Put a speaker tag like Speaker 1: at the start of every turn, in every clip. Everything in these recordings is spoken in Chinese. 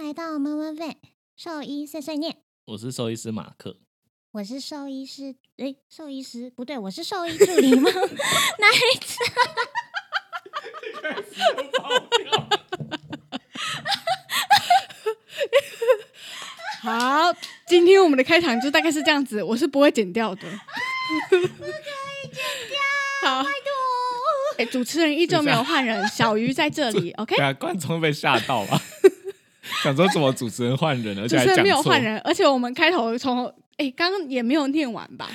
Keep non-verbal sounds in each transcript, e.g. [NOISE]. Speaker 1: 来到妈妈喂兽医碎碎念，
Speaker 2: 我是兽医师马克，
Speaker 1: 我是兽医师，诶，兽医师不对，我是兽医助理吗？ [LAUGHS] 哪一次？
Speaker 3: 好，今天我们的开场就大概是这样子，我是不会剪掉的。好，哎、主持人依旧没有换人，小鱼在这里
Speaker 2: [LAUGHS]
Speaker 3: ，OK？
Speaker 2: 对啊，观众被吓到吧？ [LAUGHS] 想说怎么主持人换人，而
Speaker 3: 主
Speaker 2: 且还
Speaker 3: 持人
Speaker 2: 讲
Speaker 3: 没有
Speaker 2: 错
Speaker 3: 换，人，而且我们开头从哎，刚、刚也没有念完吧？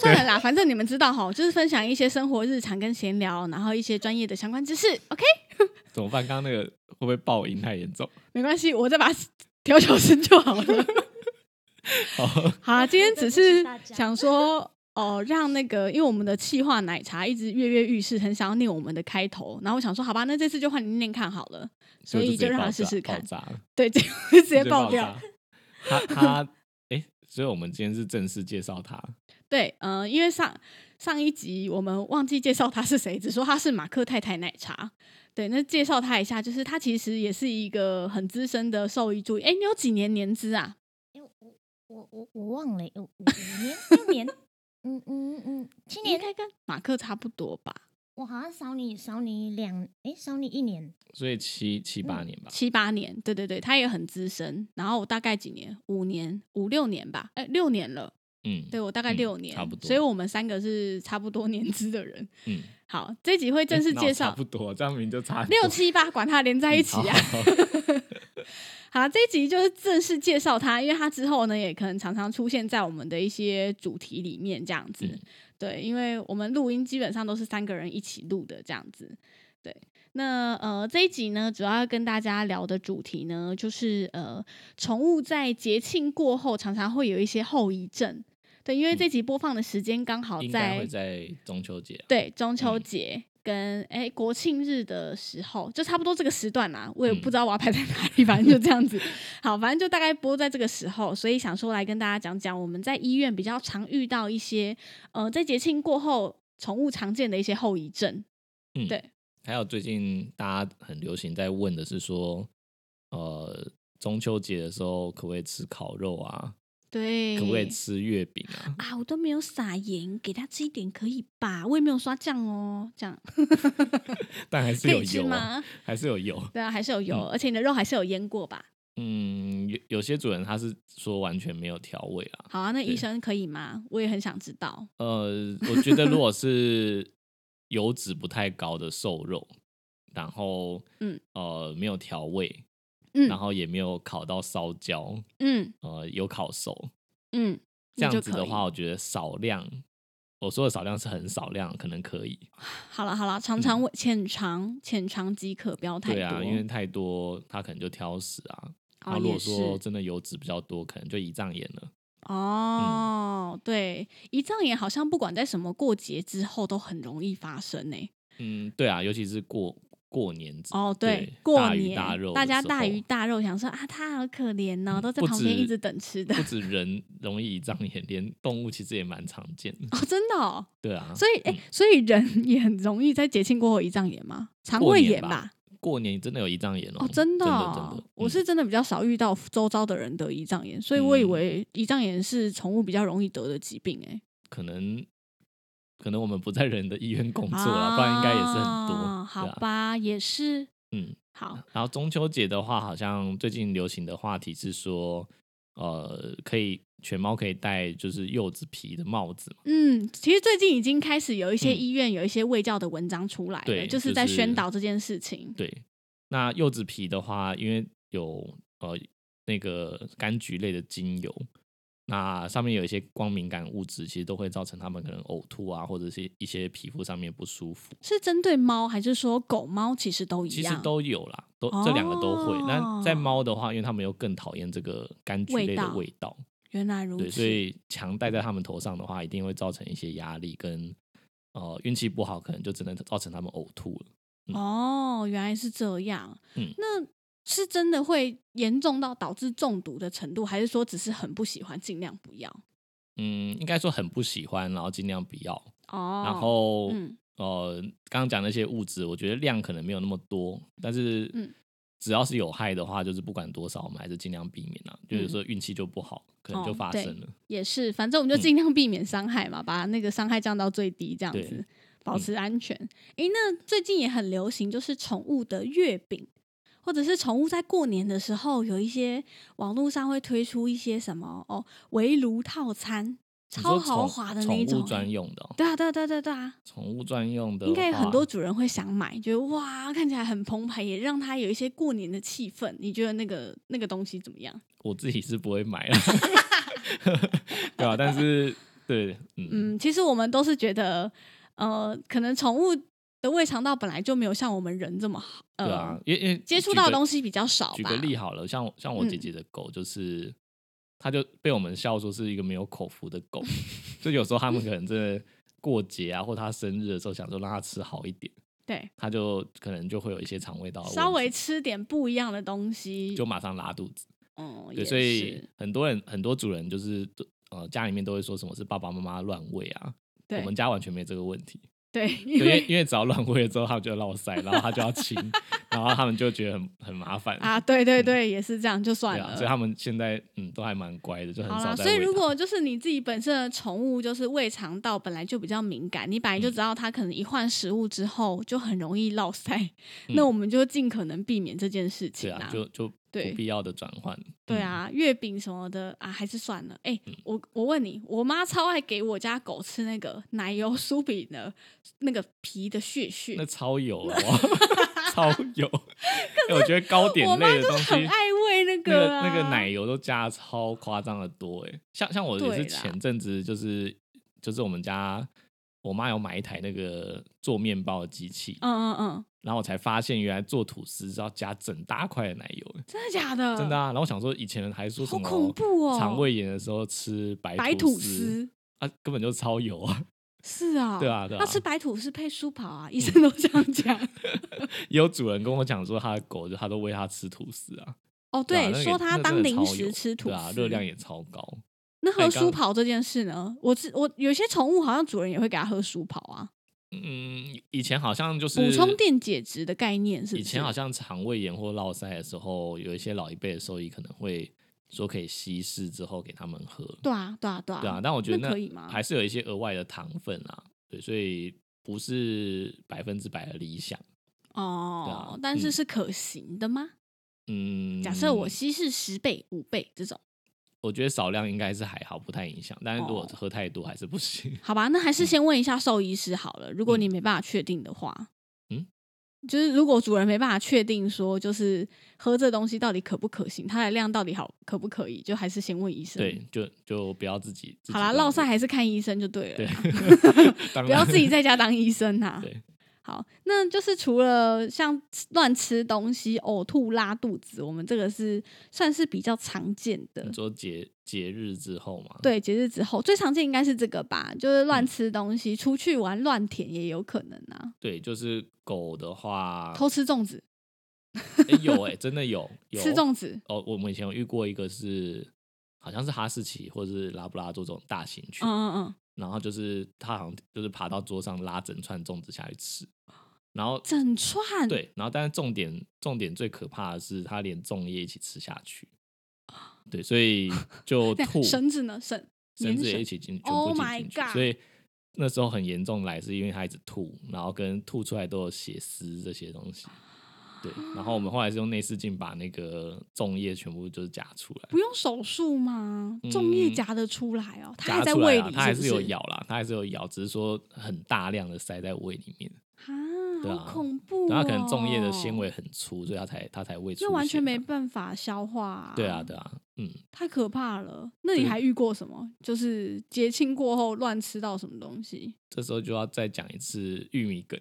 Speaker 3: 算了啦，反正你们知道哈，就是分享一些生活日常跟闲聊，然后一些专业的相关知识，OK？
Speaker 2: 怎么办？刚刚那个会不会爆音太严重？
Speaker 3: 没关系，我再把它调小声就好了。
Speaker 2: 好，
Speaker 3: 好，今天只
Speaker 1: 对不
Speaker 3: 是
Speaker 1: 起大家
Speaker 3: 想说。哦，让那个，因为我们的气化奶茶一直跃跃欲试，很想要念我们的开头，然后我想说，好吧，那这次就换你念看好了。所
Speaker 2: 就
Speaker 3: 以
Speaker 2: 直接
Speaker 3: 就让他
Speaker 2: 爆炸
Speaker 3: 试试看
Speaker 2: 爆炸了
Speaker 3: 对，结果 [LAUGHS] 直接
Speaker 2: 就
Speaker 3: 爆
Speaker 2: 爆
Speaker 3: 掉
Speaker 2: 炸。。他他哎，所以我们今天是正式介绍他，
Speaker 3: 对，嗯、因为上上一集我们忘记介绍他是谁，只说他是马克太太奶茶。对，那介绍他一下，就是他其实也是一个很资深的兽医助理。哎，你有几年年资啊？
Speaker 1: 诶哎我我我我忘了，诶呃五五年六年， [LAUGHS] 嗯嗯嗯，七
Speaker 3: 应
Speaker 1: 年，
Speaker 3: 该跟马克差不多吧，
Speaker 1: 我好像少你少你两，诶，少你一年，
Speaker 2: 所以七七八年吧，
Speaker 3: 七八年。对对对，他也很资深。然后我大概几年？五年、五六年吧？哎，六年了。
Speaker 2: 嗯，
Speaker 3: 对我大概
Speaker 2: 嗯
Speaker 3: 六年，
Speaker 2: 差不多
Speaker 3: 所以我们三个是差不多年资的人。
Speaker 2: 嗯，
Speaker 3: 好，这集会正式
Speaker 2: 诶哎那我
Speaker 3: 介
Speaker 2: 差
Speaker 3: 绍
Speaker 2: 不多，这样名就差很多
Speaker 3: 六七八，管它连在一起啊。
Speaker 2: 嗯好好好
Speaker 3: 好，这一集就是正式介绍他，因为他之后呢，也可能常常出现在我们的一些主题里面这样子。
Speaker 2: 嗯
Speaker 3: 对，因为我们录音基本上都是三个人一起录的这样子。对，那呃这一集呢，主要要跟大家聊的主题呢，就是呃宠物在节庆过后常常会有一些后遗症。对，因为这集播放的时间刚 [LAUGHS] 好
Speaker 2: 嗯应该会在中秋节啊，
Speaker 3: 对中秋
Speaker 2: 嗯
Speaker 3: 节跟哎、国庆日的时候，就差不多这个时段啦、我也
Speaker 2: 嗯
Speaker 3: 不知道我要排在哪里，反正就这样子。好，反正就大概播在这个时候，所以想说来跟大家讲讲我们在医院比较常遇到一些呃在节庆过后宠物常见的一些后遗症。
Speaker 2: 嗯
Speaker 3: 对。
Speaker 2: 还有最近大家很流行在问的是说，呃，中秋节的时候可不可以吃烤肉啊？
Speaker 3: 对，
Speaker 2: 可不可以吃月饼啊？ [LAUGHS]
Speaker 3: 啊？我都没有撒盐，给它吃一点可以吧？我也没有刷酱哦，这样
Speaker 2: 但还 [LAUGHS] 是
Speaker 3: 可
Speaker 2: 有
Speaker 3: 以吃
Speaker 2: 油、啊，嗯
Speaker 3: 吗？
Speaker 2: 还是有油。
Speaker 3: 对啊，还是有油，而且你的肉还是有腌过吧？
Speaker 2: 嗯，有有些主人他是说完全没有调味啊。
Speaker 3: 好啊，那医
Speaker 2: 对
Speaker 3: 生可以吗？我也很想知道。
Speaker 2: 呃，我觉得如果
Speaker 3: [LAUGHS]
Speaker 2: 是油脂不太高的瘦肉，然后
Speaker 3: 嗯
Speaker 2: 呃没有调味，
Speaker 3: 嗯
Speaker 2: 然后也没有烤到烧焦，
Speaker 3: 嗯
Speaker 2: 呃有烤熟，
Speaker 3: 嗯，
Speaker 2: 这
Speaker 3: 那就
Speaker 2: 样子
Speaker 3: 可
Speaker 2: 的
Speaker 3: 以
Speaker 2: 话，我觉得少量，我说的少量是很少量，可能可以。
Speaker 3: 好了好了，常常为浅尝浅尝即可，不要太
Speaker 2: 嗯
Speaker 3: 多。
Speaker 2: 对啊，因为太多它可能就挑食啊。
Speaker 3: 哦
Speaker 2: 那如
Speaker 3: 也
Speaker 2: 果说嗯
Speaker 3: 是
Speaker 2: 真的油脂比较多，可能就胰脏炎了。
Speaker 3: 哦，对，胰脏炎好像不管在什么过节之后都很容易发生呢、
Speaker 2: 嗯，对啊，尤其是过过年之
Speaker 3: 哦，
Speaker 2: 对，
Speaker 3: 过
Speaker 2: 大鱼
Speaker 3: 年
Speaker 2: 大肉的时候，嗯
Speaker 3: 家大鱼大肉，想说啊，他好可怜哦，都在
Speaker 2: 不
Speaker 3: 旁边一
Speaker 2: 止
Speaker 3: 直等吃的
Speaker 2: 不止人容易胰脏炎，连动物其实也蛮常见的。
Speaker 3: 哦，真的哦。
Speaker 2: 对啊，
Speaker 3: 所以，哎、所以人 [LAUGHS] 也很容易在节庆过后胰脏炎吗？肠
Speaker 2: 过
Speaker 3: 胃
Speaker 2: 年
Speaker 3: 炎
Speaker 2: 吧过年真的有胰脏炎
Speaker 3: 哦，真的,、
Speaker 2: 的嗯
Speaker 3: 哦
Speaker 2: 真的
Speaker 3: 我
Speaker 2: 嗯
Speaker 3: 是真的比较少遇到周遭的人得胰脏炎，所以我以
Speaker 2: 嗯
Speaker 3: 为胰脏炎是宠物比较容易得的疾病、哎、
Speaker 2: 可能可能我们不在人的医院工作啊，不然应该也是很
Speaker 3: 啊
Speaker 2: 多。
Speaker 3: 好
Speaker 2: 对啊，
Speaker 3: 吧，也是
Speaker 2: 嗯。
Speaker 3: 好，
Speaker 2: 然后中秋节的话，好像最近流行的话题是说，呃，可以犬猫可以戴就是柚子皮的帽子嘛？
Speaker 3: 嗯，其实最近已经开始有一些
Speaker 2: 嗯
Speaker 3: 医院有一些卫教的文章出来了，
Speaker 2: 对
Speaker 3: 就是
Speaker 2: 就
Speaker 3: 在
Speaker 2: 是
Speaker 3: 宣导这件事情。
Speaker 2: 对，那柚子皮的话，因为有呃那个柑橘类的精油，那上面有一些光敏感物质，其实都会造成它们可能呕吐啊，或者是一些皮肤上面不舒服。
Speaker 3: 是针对猫还是说狗猫其实都一
Speaker 2: 其
Speaker 3: 样？
Speaker 2: 实都有啦，都这两个都会。那、在
Speaker 3: 哦
Speaker 2: 猫的话，因为它们又更讨厌这个柑橘
Speaker 3: 味
Speaker 2: 类的
Speaker 3: 道
Speaker 2: 味道，
Speaker 3: 原来如
Speaker 2: 对，
Speaker 3: 此
Speaker 2: 所。以强戴在它们头上的话，一定会造成一些压力跟呃运气不好，可能就只能造成它们呕吐了。
Speaker 3: 哦，原来是这样。
Speaker 2: 嗯
Speaker 3: 那是真的会严重到导致中毒的程度，还是说只是很不喜欢，尽量不要？
Speaker 2: 嗯，应该说很不喜欢，然后尽量不要。
Speaker 3: 哦，
Speaker 2: 然后、
Speaker 3: 嗯
Speaker 2: 呃，刚刚讲那些物质，我觉得量可能没有那么多，但是
Speaker 3: 嗯
Speaker 2: 只要是有害的话，就是不管多少，我们还是尽量避免啊。就有时候运气就不好，可能就
Speaker 3: 嗯哦
Speaker 2: 发
Speaker 3: 对
Speaker 2: 生了。
Speaker 3: 也是，反正我们
Speaker 2: 嗯
Speaker 3: 就尽量避免伤害嘛，把那个伤害降到最低，这样子
Speaker 2: 对嗯
Speaker 3: 保持安全。诶，那最近也很流行，就是宠物的月饼，或者是宠物在过年的时候，有一些网络上会推出一些什么哦围炉套餐，
Speaker 2: 你
Speaker 3: 超
Speaker 2: 说
Speaker 3: 豪
Speaker 2: 宠
Speaker 3: 华的那一
Speaker 2: 宠
Speaker 3: 种
Speaker 2: 物专
Speaker 3: 诶。
Speaker 2: 用的哦、
Speaker 3: 对啊，对啊，对啊对啊对啊，
Speaker 2: 宠物专用的
Speaker 3: 应该有
Speaker 2: 话
Speaker 3: 很多主人会想买，觉得哇，看起来很澎湃，也让它有一些过年的气氛。你觉得那个那个东西怎么样？
Speaker 2: 我自己是不会买了， [LAUGHS] 对吧、但是对，
Speaker 3: [LAUGHS]
Speaker 2: 嗯，
Speaker 3: 嗯，其实我们都是觉得，呃，可能宠物的胃肠道本来就没有像我们人这么好，呃，
Speaker 2: 对啊，因为因为
Speaker 3: 接触
Speaker 2: 举
Speaker 3: 到的
Speaker 2: 个
Speaker 3: 东西比较少
Speaker 2: 举
Speaker 3: 吧
Speaker 2: 个例好了，像我像我姐
Speaker 3: 嗯
Speaker 2: 姐的狗就是，它就被我们笑说是一个没有口福的
Speaker 3: [LAUGHS]
Speaker 2: 狗，就有时候他们可能真的过节啊，或它生日的时候，想说让它吃好一点，
Speaker 3: 对，
Speaker 2: 它就可能就会有一些肠胃道的问
Speaker 3: 稍微
Speaker 2: 题
Speaker 3: 吃点不一样的东西，
Speaker 2: 啊就马上拉肚子。
Speaker 3: 嗯，也
Speaker 2: 对，所以
Speaker 3: 是，
Speaker 2: 很多人很多主人就是都呃家里面都会说什么是爸爸妈妈乱喂啊，我
Speaker 3: 对
Speaker 2: 们家完全没这个问题。
Speaker 3: 对，
Speaker 2: 对
Speaker 3: 因
Speaker 2: 因为
Speaker 3: 为
Speaker 2: 因为只要乱喂了之后，他们就落塞，然后他就要亲， [LAUGHS] 然后他们就觉得很很麻烦
Speaker 3: [LAUGHS] 啊，对对对，也是这样，就算
Speaker 2: 对啊，
Speaker 3: 了
Speaker 2: 所以。他们现在嗯都还蛮乖的，就很
Speaker 3: 好
Speaker 2: 少
Speaker 3: 啦，
Speaker 2: 在
Speaker 3: 所以
Speaker 2: 喂
Speaker 3: 如
Speaker 2: 它
Speaker 3: 果就是你自己本身的宠物，就是胃肠道本来就比较敏感，你本来就
Speaker 2: 嗯
Speaker 3: 知道它可能一换食物之后就很容易落腮， [LAUGHS] 那
Speaker 2: 嗯
Speaker 3: 我们就尽可能避免这件事
Speaker 2: 对
Speaker 3: 情
Speaker 2: 啊，就就
Speaker 3: 对
Speaker 2: 不必要的转换。
Speaker 3: 对
Speaker 2: 嗯，
Speaker 3: 啊，月饼什么的啊，还是算了。哎、我我问你，我妈超爱给我家狗吃那个奶油酥饼的那个皮的屑屑，
Speaker 2: 那超油
Speaker 3: [LAUGHS]
Speaker 2: 了，哇 [LAUGHS] 超油。哎我觉得糕点
Speaker 3: 我妈
Speaker 2: 类的
Speaker 3: 就
Speaker 2: 东
Speaker 3: 是
Speaker 2: 西，
Speaker 3: 很爱喂那
Speaker 2: 那个
Speaker 3: 啊、
Speaker 2: 那个奶油都加得超夸张的多哎、像像我也
Speaker 3: 对
Speaker 2: 是
Speaker 3: 啦
Speaker 2: 前阵子就是就是我们家我妈有买一台那个做面包的机器，
Speaker 3: 嗯嗯嗯，
Speaker 2: 然后我才发现原来做吐司是要加整大块的奶油、欸
Speaker 3: 真的假的？
Speaker 2: 真的啊。然后我想说以前还说什
Speaker 3: 嗯好
Speaker 2: 么
Speaker 3: 恐怖哦
Speaker 2: 肠胃炎的时候吃白
Speaker 3: 白
Speaker 2: 吐
Speaker 3: 吐司
Speaker 2: 啊，根本就超油啊，
Speaker 3: 是啊，
Speaker 2: 对啊对啊嗯
Speaker 3: 那吃白吐司配酥跑啊，医生都这样
Speaker 2: [LAUGHS]
Speaker 3: 讲。
Speaker 2: 也有主人跟我讲说，他的狗就他都喂它吃吐司啊。
Speaker 3: 哦，
Speaker 2: 对啊，那个也
Speaker 3: 说它
Speaker 2: 那真的
Speaker 3: 当零
Speaker 2: 超
Speaker 3: 食
Speaker 2: 油
Speaker 3: 吃吐
Speaker 2: 对
Speaker 3: 司，
Speaker 2: 啊，热量也超高。
Speaker 3: 那喝
Speaker 2: 哎刚
Speaker 3: 酥跑这件事呢？我知我有些宠物好像主人也会给它喝酥跑啊，
Speaker 2: 嗯，以前好像就是
Speaker 3: 补充电解质的概念是不是？
Speaker 2: 以前好像肠胃炎或落腮的时候，有一些老一辈的兽医可能会说可以稀释之后给他们喝，
Speaker 3: 对啊对啊对啊
Speaker 2: 对啊，但我觉得
Speaker 3: 那可以吗
Speaker 2: 还是有一些额外的糖分啊，对，所以不是百分之百的理想。
Speaker 3: 哦，
Speaker 2: 对啊
Speaker 3: 但是
Speaker 2: 嗯
Speaker 3: 是可行的吗？
Speaker 2: 嗯，
Speaker 3: 假设我稀释十倍、五倍这种，
Speaker 2: 我觉得少量应该是还好，不太影响，但是如果
Speaker 3: 哦
Speaker 2: 喝太多还是不
Speaker 3: [LAUGHS]
Speaker 2: 行。
Speaker 3: 好吧，那
Speaker 2: 嗯
Speaker 3: 还是先问一下兽医师好了。如果你没办法确定的话，
Speaker 2: 嗯，
Speaker 3: 就是如果主人没办法确定说，就是喝这东西到底可不可行，它的量到底好可不可以，就还是先问医生。
Speaker 2: 对，，就就不要自己。自己
Speaker 3: 好啦，
Speaker 2: 乱
Speaker 3: 落
Speaker 2: 喂
Speaker 3: 赛还是看医生就对了
Speaker 2: 对 [LAUGHS]
Speaker 3: [LAUGHS] 啦，，
Speaker 2: 当
Speaker 3: 不要
Speaker 2: 然
Speaker 3: 自己在家当医生呐、
Speaker 2: 对，
Speaker 3: 好，那就是除了像乱吃东西、呕吐、拉肚子，我们这个是算是比较常见的。
Speaker 2: 你说节节日之后嘛，
Speaker 3: 对，节日之后最常见应该是这个吧，就是
Speaker 2: 嗯
Speaker 3: 乱吃东西、出去玩、乱舔也有可能啊，
Speaker 2: 对，就是狗的话，
Speaker 3: 偷吃粽子、
Speaker 2: 诶
Speaker 3: [LAUGHS]
Speaker 2: 有哎、真的有有
Speaker 3: 吃粽子。
Speaker 2: 哦，我们以前有遇过一个是，好像是哈士奇或者是拉布拉多这种大型
Speaker 3: 嗯
Speaker 2: 犬，
Speaker 3: 嗯嗯，
Speaker 2: 然后就是它好像就是爬到桌上拉整串粽子下去吃，
Speaker 3: 哦
Speaker 2: 然后
Speaker 3: 整串。，
Speaker 2: 对，然后但是重点重点最可怕的是它连粽叶一起吃下去，对，所以
Speaker 3: [LAUGHS]
Speaker 2: 就吐，
Speaker 3: 绳子呢？绳
Speaker 2: 绳
Speaker 3: 啊粘
Speaker 2: 子也
Speaker 3: 绳
Speaker 2: 一起
Speaker 3: [LAUGHS]
Speaker 2: 进，全
Speaker 3: Oh
Speaker 2: 部进
Speaker 3: my
Speaker 2: 进去
Speaker 3: God
Speaker 2: 所以。那时候很严重，来是因为它一直吐，然后跟吐出来都有血丝这些东西，对。然后我们后来是用内视镜把那个粽叶全部就是夹出来。
Speaker 3: 不用手术吗？粽叶
Speaker 2: 嗯
Speaker 3: 夹得出来哦，它
Speaker 2: 夹
Speaker 3: 还在
Speaker 2: 出来
Speaker 3: 胃
Speaker 2: 啦
Speaker 3: 里，
Speaker 2: 它还是有
Speaker 3: 咬
Speaker 2: 咬啦，它还是有咬，只是说很大量的塞在胃里面，对
Speaker 3: 啊，
Speaker 2: 啊
Speaker 3: 好恐怖、哦！
Speaker 2: 然后它可能粽叶的纤，维很粗，所以它才它才胃出血
Speaker 3: 那
Speaker 2: 嘛。
Speaker 3: 完全没办法消化、啊。
Speaker 2: 对啊对啊，嗯，
Speaker 3: 太可怕了。那你
Speaker 2: 对
Speaker 3: 还遇过什么？就是节庆过后乱吃到什么东西？
Speaker 2: 这时候就要再讲一次玉米梗，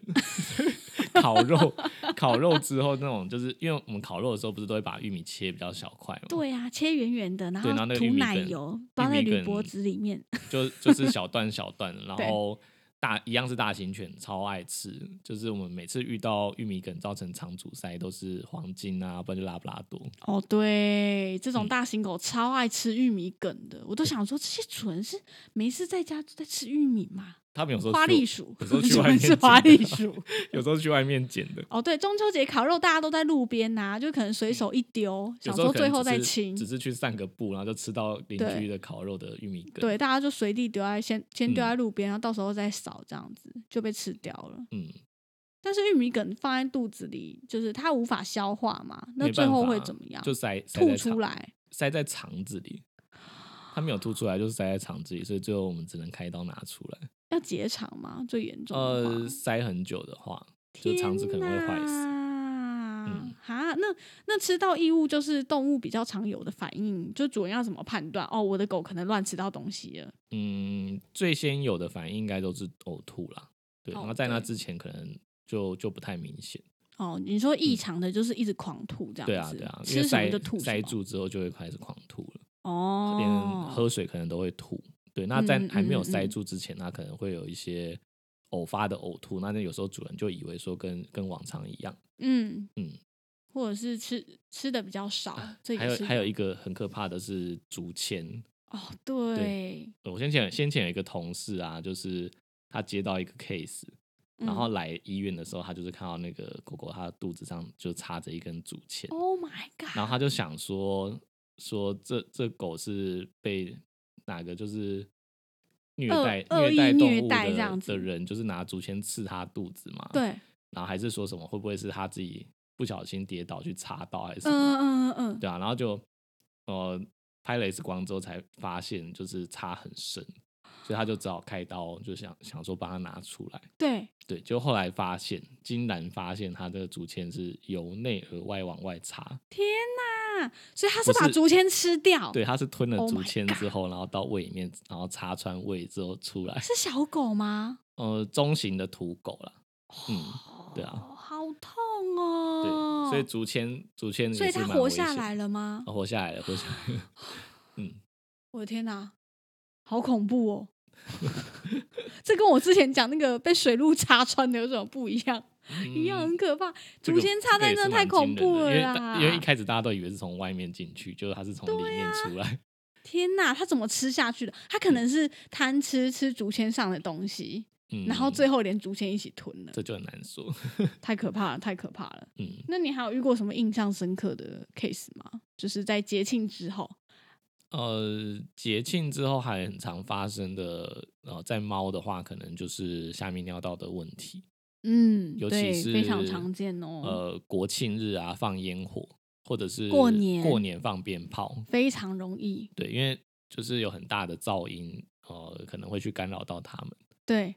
Speaker 2: [LAUGHS] 烤肉烤肉之后那种，就是因为我们烤肉的时候不是都会把玉米切比较小块嘛，，
Speaker 3: 对啊，切圆圆的，然
Speaker 2: 哦对然后
Speaker 3: 后
Speaker 2: 那个
Speaker 3: 涂
Speaker 2: 玉米
Speaker 3: 奶
Speaker 2: 梗
Speaker 3: 油，
Speaker 2: 玉
Speaker 3: 包
Speaker 2: 米
Speaker 3: 在铝
Speaker 2: 梗
Speaker 3: 箔纸里面。
Speaker 2: 就就是小段小段的，然
Speaker 3: 对
Speaker 2: 后。大一样是大型犬，超爱吃。就是我们每次遇到玉米梗造成肠阻塞，都是黄金啊，不然就拉布拉多。
Speaker 3: 哦，对，这
Speaker 2: 嗯
Speaker 3: 种大型狗超爱吃玉米梗的，我都想说这些主人是没事在家就在吃玉米嘛？
Speaker 2: 他们有时候
Speaker 3: 花
Speaker 2: 去
Speaker 3: 栗鼠
Speaker 2: 有时
Speaker 3: [LAUGHS]
Speaker 2: 候，去
Speaker 3: 喜
Speaker 2: 外
Speaker 3: 欢
Speaker 2: 面
Speaker 3: 吃
Speaker 2: 捡
Speaker 3: 花
Speaker 2: 的啊
Speaker 3: 栗鼠。
Speaker 2: [LAUGHS]
Speaker 3: [LAUGHS]
Speaker 2: 有时候去外面捡的，
Speaker 3: 哦，对，中秋节烤肉大家都在路边呐、就可能随手一丢，
Speaker 2: 嗯有
Speaker 3: 想
Speaker 2: 时候
Speaker 3: 说
Speaker 2: 可
Speaker 3: 最
Speaker 2: 能只
Speaker 3: 后再
Speaker 2: 是
Speaker 3: 清。
Speaker 2: 只是去散个步，然后就吃到邻
Speaker 3: 对
Speaker 2: 居的烤肉的玉米羹。
Speaker 3: 对，，大家就随地丢在先先丢
Speaker 2: 嗯
Speaker 3: 在路边，然后到时候再扫，这样子就被吃掉了。
Speaker 2: 嗯，
Speaker 3: 但是玉米梗放在肚子里，就是它无法消化嘛，那
Speaker 2: 没
Speaker 3: 最
Speaker 2: 办
Speaker 3: 后
Speaker 2: 法
Speaker 3: 会
Speaker 2: 啊
Speaker 3: 怎么样？
Speaker 2: 就塞塞
Speaker 3: 吐
Speaker 2: 在
Speaker 3: 出
Speaker 2: 肠，
Speaker 3: 来。
Speaker 2: 塞在肠子里。他没有吐出来，就是塞在肠子里，所以最后我们只能开刀拿出来。
Speaker 3: 要结肠吗？最严重的话
Speaker 2: 呃，塞很久的话，就肠子可能会坏死嗯
Speaker 3: 嗯，哈，那那吃到异物就是动物比较常有的反应，就主人要怎么判断？哦，我的狗可能乱吃到东西了。
Speaker 2: 嗯，最先有的反应应该都是呕吐啦，对，
Speaker 3: 哦
Speaker 2: 然后在那
Speaker 3: 对
Speaker 2: 之前可能就就不太明显，
Speaker 3: 哦，你说异常的就是一直狂吐这样
Speaker 2: 嗯
Speaker 3: 子，
Speaker 2: 对啊对啊，因为
Speaker 3: 吃什么
Speaker 2: 塞
Speaker 3: 就吐什
Speaker 2: 塞
Speaker 3: 么
Speaker 2: 住之后就会开始狂吐了，连
Speaker 3: 哦，
Speaker 2: 喝水可能都会吐，对，那在
Speaker 3: 嗯
Speaker 2: 还没有
Speaker 3: 嗯
Speaker 2: 塞
Speaker 3: 嗯
Speaker 2: 住之前，它可能会有一些偶发的呕吐，那那有时候主人就以为说跟跟往常一样，
Speaker 3: 嗯
Speaker 2: 嗯，啊
Speaker 3: 或者是吃吃的比较少，这也
Speaker 2: 还有
Speaker 3: 是
Speaker 2: 还有一个很可怕的是竹签，
Speaker 3: 哦，对，
Speaker 2: 我先前先前有一个同事啊，就是他接到一个 case，然
Speaker 3: 嗯
Speaker 2: 后来医院的时候，他就是看到那个狗狗，它肚子上就插着一根竹签，
Speaker 3: Oh my god，
Speaker 2: 然后他就想说说这这狗是被哪个就是虐
Speaker 3: 恶
Speaker 2: 待
Speaker 3: 恶意
Speaker 2: 待动
Speaker 3: 虐
Speaker 2: 物
Speaker 3: 待这
Speaker 2: 的
Speaker 3: 样子
Speaker 2: 的人，就是拿竹签刺它肚子嘛？，
Speaker 3: 对，
Speaker 2: 然后还是说什么会不会是他自己不小心跌倒去插到还是什么？
Speaker 3: 嗯嗯嗯
Speaker 2: 对啊，然后就呃拍了一次光之后才发现就是插很深，所以他就只好开刀，就想想说把它拿出来。
Speaker 3: 对，
Speaker 2: 对，就后来发现，竟然发现它这个竹签是由内而外往外插，
Speaker 3: 天哪！所以他是
Speaker 2: 不
Speaker 3: 把
Speaker 2: 是
Speaker 3: 竹签吃掉，
Speaker 2: 对，，它是吞了
Speaker 3: Oh
Speaker 2: 竹
Speaker 3: my
Speaker 2: 签之后，然后到胃里面，然后插穿胃之后出来，
Speaker 3: 是小狗吗？
Speaker 2: 呃，中型的土狗啦，嗯，对啊
Speaker 3: 哦好痛
Speaker 2: 对，
Speaker 3: 哦。
Speaker 2: 所以竹签竹签
Speaker 3: 所以
Speaker 2: 也是
Speaker 3: 它
Speaker 2: 蛮
Speaker 3: 活
Speaker 2: 危
Speaker 3: 下
Speaker 2: 险
Speaker 3: 来
Speaker 2: 的、
Speaker 3: 了吗？
Speaker 2: 哦活下来了，活下来了，嗯，
Speaker 3: 我的天哪，好恐怖哦！ [LAUGHS] 这跟我之前讲那个被水路插穿的有什么不一样？ [LAUGHS] 一样
Speaker 2: 嗯
Speaker 3: 很可怕。
Speaker 2: 这
Speaker 3: 竹
Speaker 2: 个
Speaker 3: 签
Speaker 2: 这
Speaker 3: 插
Speaker 2: 个
Speaker 3: 在
Speaker 2: 也
Speaker 3: 那
Speaker 2: 是
Speaker 3: 太
Speaker 2: 蛮惊
Speaker 3: 恐
Speaker 2: 人的
Speaker 3: 怖
Speaker 2: 因
Speaker 3: 了
Speaker 2: 为大
Speaker 3: 啦！
Speaker 2: 因为一开始大家都以为是从外面进去，就是它是从里
Speaker 3: 啊
Speaker 2: 面出
Speaker 3: [LAUGHS]
Speaker 2: 来，
Speaker 3: 天哪，它怎么吃下去的？它可能是贪吃吃竹签上的东西，
Speaker 2: 嗯，
Speaker 3: 然后最后连竹签一起吞了，
Speaker 2: [LAUGHS] 这就很难说，
Speaker 3: 太可怕了，太可怕了。
Speaker 2: 嗯，
Speaker 3: 那你还有遇过什么印象深刻的 case 吗？就是在节庆之后，
Speaker 2: 呃，节庆之后还很常发生的，呃，在猫的话，可能就是下泌尿道的问题，
Speaker 3: 嗯，
Speaker 2: 尤
Speaker 3: 对
Speaker 2: 其是
Speaker 3: 非常常见哦，
Speaker 2: 呃，国庆日啊，放烟火，或者是
Speaker 3: 过年
Speaker 2: 过年放鞭炮，
Speaker 3: 非常容易，
Speaker 2: 对，因为就是有很大的噪音，呃，可能会去干扰到它们，
Speaker 3: 对，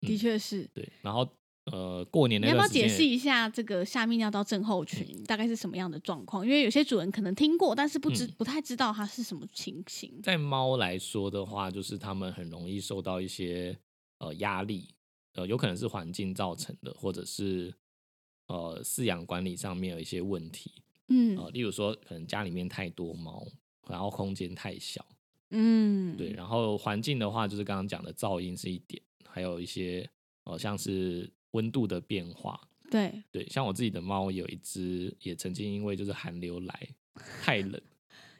Speaker 2: 嗯
Speaker 3: 的确是。
Speaker 2: 对，然后呃，过年
Speaker 3: 你
Speaker 2: 那
Speaker 3: 要不
Speaker 2: 段
Speaker 3: 要
Speaker 2: 时间嗯
Speaker 3: 解
Speaker 2: 也，
Speaker 3: 释一下这个下泌尿道症候群大概是什么样的状况？因为有些主人可能听过，但是不知
Speaker 2: 嗯
Speaker 3: 不太知道它是什么情形。
Speaker 2: 在猫来说的话，就是它们很容易受到一些呃压力，呃，有可能是环境造成的，或者是呃饲养管理上面有一些问题，
Speaker 3: 嗯
Speaker 2: 呃，例如说可能家里面太多猫，然后空间太小，
Speaker 3: 嗯，
Speaker 2: 对，，啊然后环境的话就是刚刚讲的噪音是一点，还有一些呃像是温度的变化，
Speaker 3: 对，
Speaker 2: 对，像我自己的猫有一只也曾经因为就是寒流来太
Speaker 3: [LAUGHS]
Speaker 2: 冷，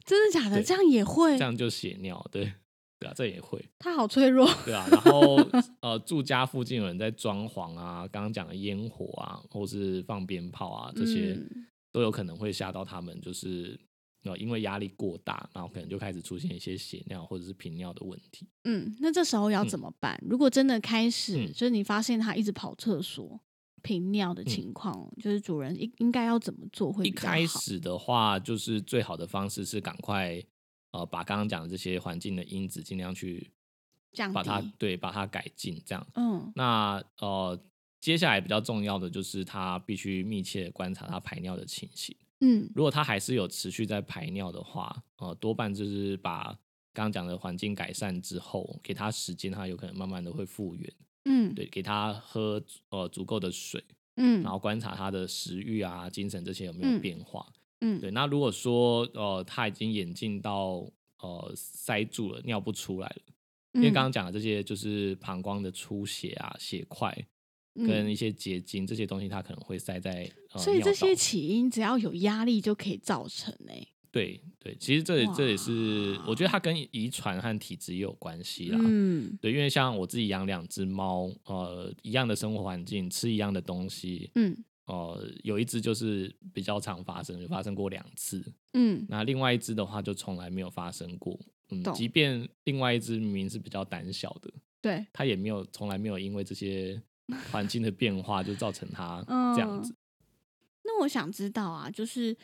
Speaker 3: 真的假的？
Speaker 2: 对
Speaker 3: 这样也会
Speaker 2: 这？样就血尿，对。对啊，这也会，
Speaker 3: 它好脆弱。
Speaker 2: 对啊。然后呃，住家附近有人在装潢啊，刚刚讲的烟火啊，或是放鞭炮啊，这些、
Speaker 3: 嗯
Speaker 2: 都有可能会吓到他们，就是呃，因为压力过大，然后可能就开始出现一些血尿或者是频尿的问题。
Speaker 3: 嗯，那这时候要
Speaker 2: 嗯
Speaker 3: 怎么办？如果真的开始，
Speaker 2: 嗯
Speaker 3: 就是你发现它一直跑厕所、频尿的情况，就是主人应应该要怎么做会
Speaker 2: 一
Speaker 3: 比较好？
Speaker 2: 开始的话，就是最好的方式是赶快呃，把刚刚讲的这些环境的因子尽量去
Speaker 3: 降
Speaker 2: 把它
Speaker 3: 低，
Speaker 2: 对把它改进，这样。
Speaker 3: 嗯
Speaker 2: 那呃，接下来比较重要的就是他必须密切地观察他排尿的情形。
Speaker 3: 嗯
Speaker 2: 如果它还是有持续在排尿的话，呃，多半就是把刚刚讲的环境改善之后，给它时间，它有可能慢慢的会复原。
Speaker 3: 嗯，
Speaker 2: 对，给它喝呃足够的水，
Speaker 3: 嗯，
Speaker 2: 然后观察它的食欲啊、精神这些有没有
Speaker 3: 嗯
Speaker 2: 变化。
Speaker 3: 嗯
Speaker 2: 对，那如果说呃它已经演进到呃塞住了，尿不出来了，因为
Speaker 3: 嗯
Speaker 2: 刚刚讲的这些就是膀胱的出血啊、血块
Speaker 3: 嗯
Speaker 2: 跟一些结晶、这些东西，它可能会塞在、呃、
Speaker 3: 所以
Speaker 2: 尿
Speaker 3: 这
Speaker 2: 道
Speaker 3: 些起因只要有压力就可以造成诶、
Speaker 2: 对对，其实这也这也是我觉得它
Speaker 3: 哇
Speaker 2: 跟遗传和体质也有关系啦。
Speaker 3: 嗯
Speaker 2: 对，因为像我自己养两只猫，呃，一样的生活环境，吃一样的东西，
Speaker 3: 嗯
Speaker 2: 呃，有一只就是比较常发生，有发生过两次，
Speaker 3: 嗯
Speaker 2: 那另外一只的话就从来没有发生过。嗯，
Speaker 3: 懂
Speaker 2: 即便另外一只明明是比较胆小的，
Speaker 3: 对，
Speaker 2: 它也没有从来没有因为这些环境的变化就造成
Speaker 3: [LAUGHS]
Speaker 2: 它 [LAUGHS]
Speaker 3: 嗯
Speaker 2: 这样子。
Speaker 3: 那我想知道啊，就是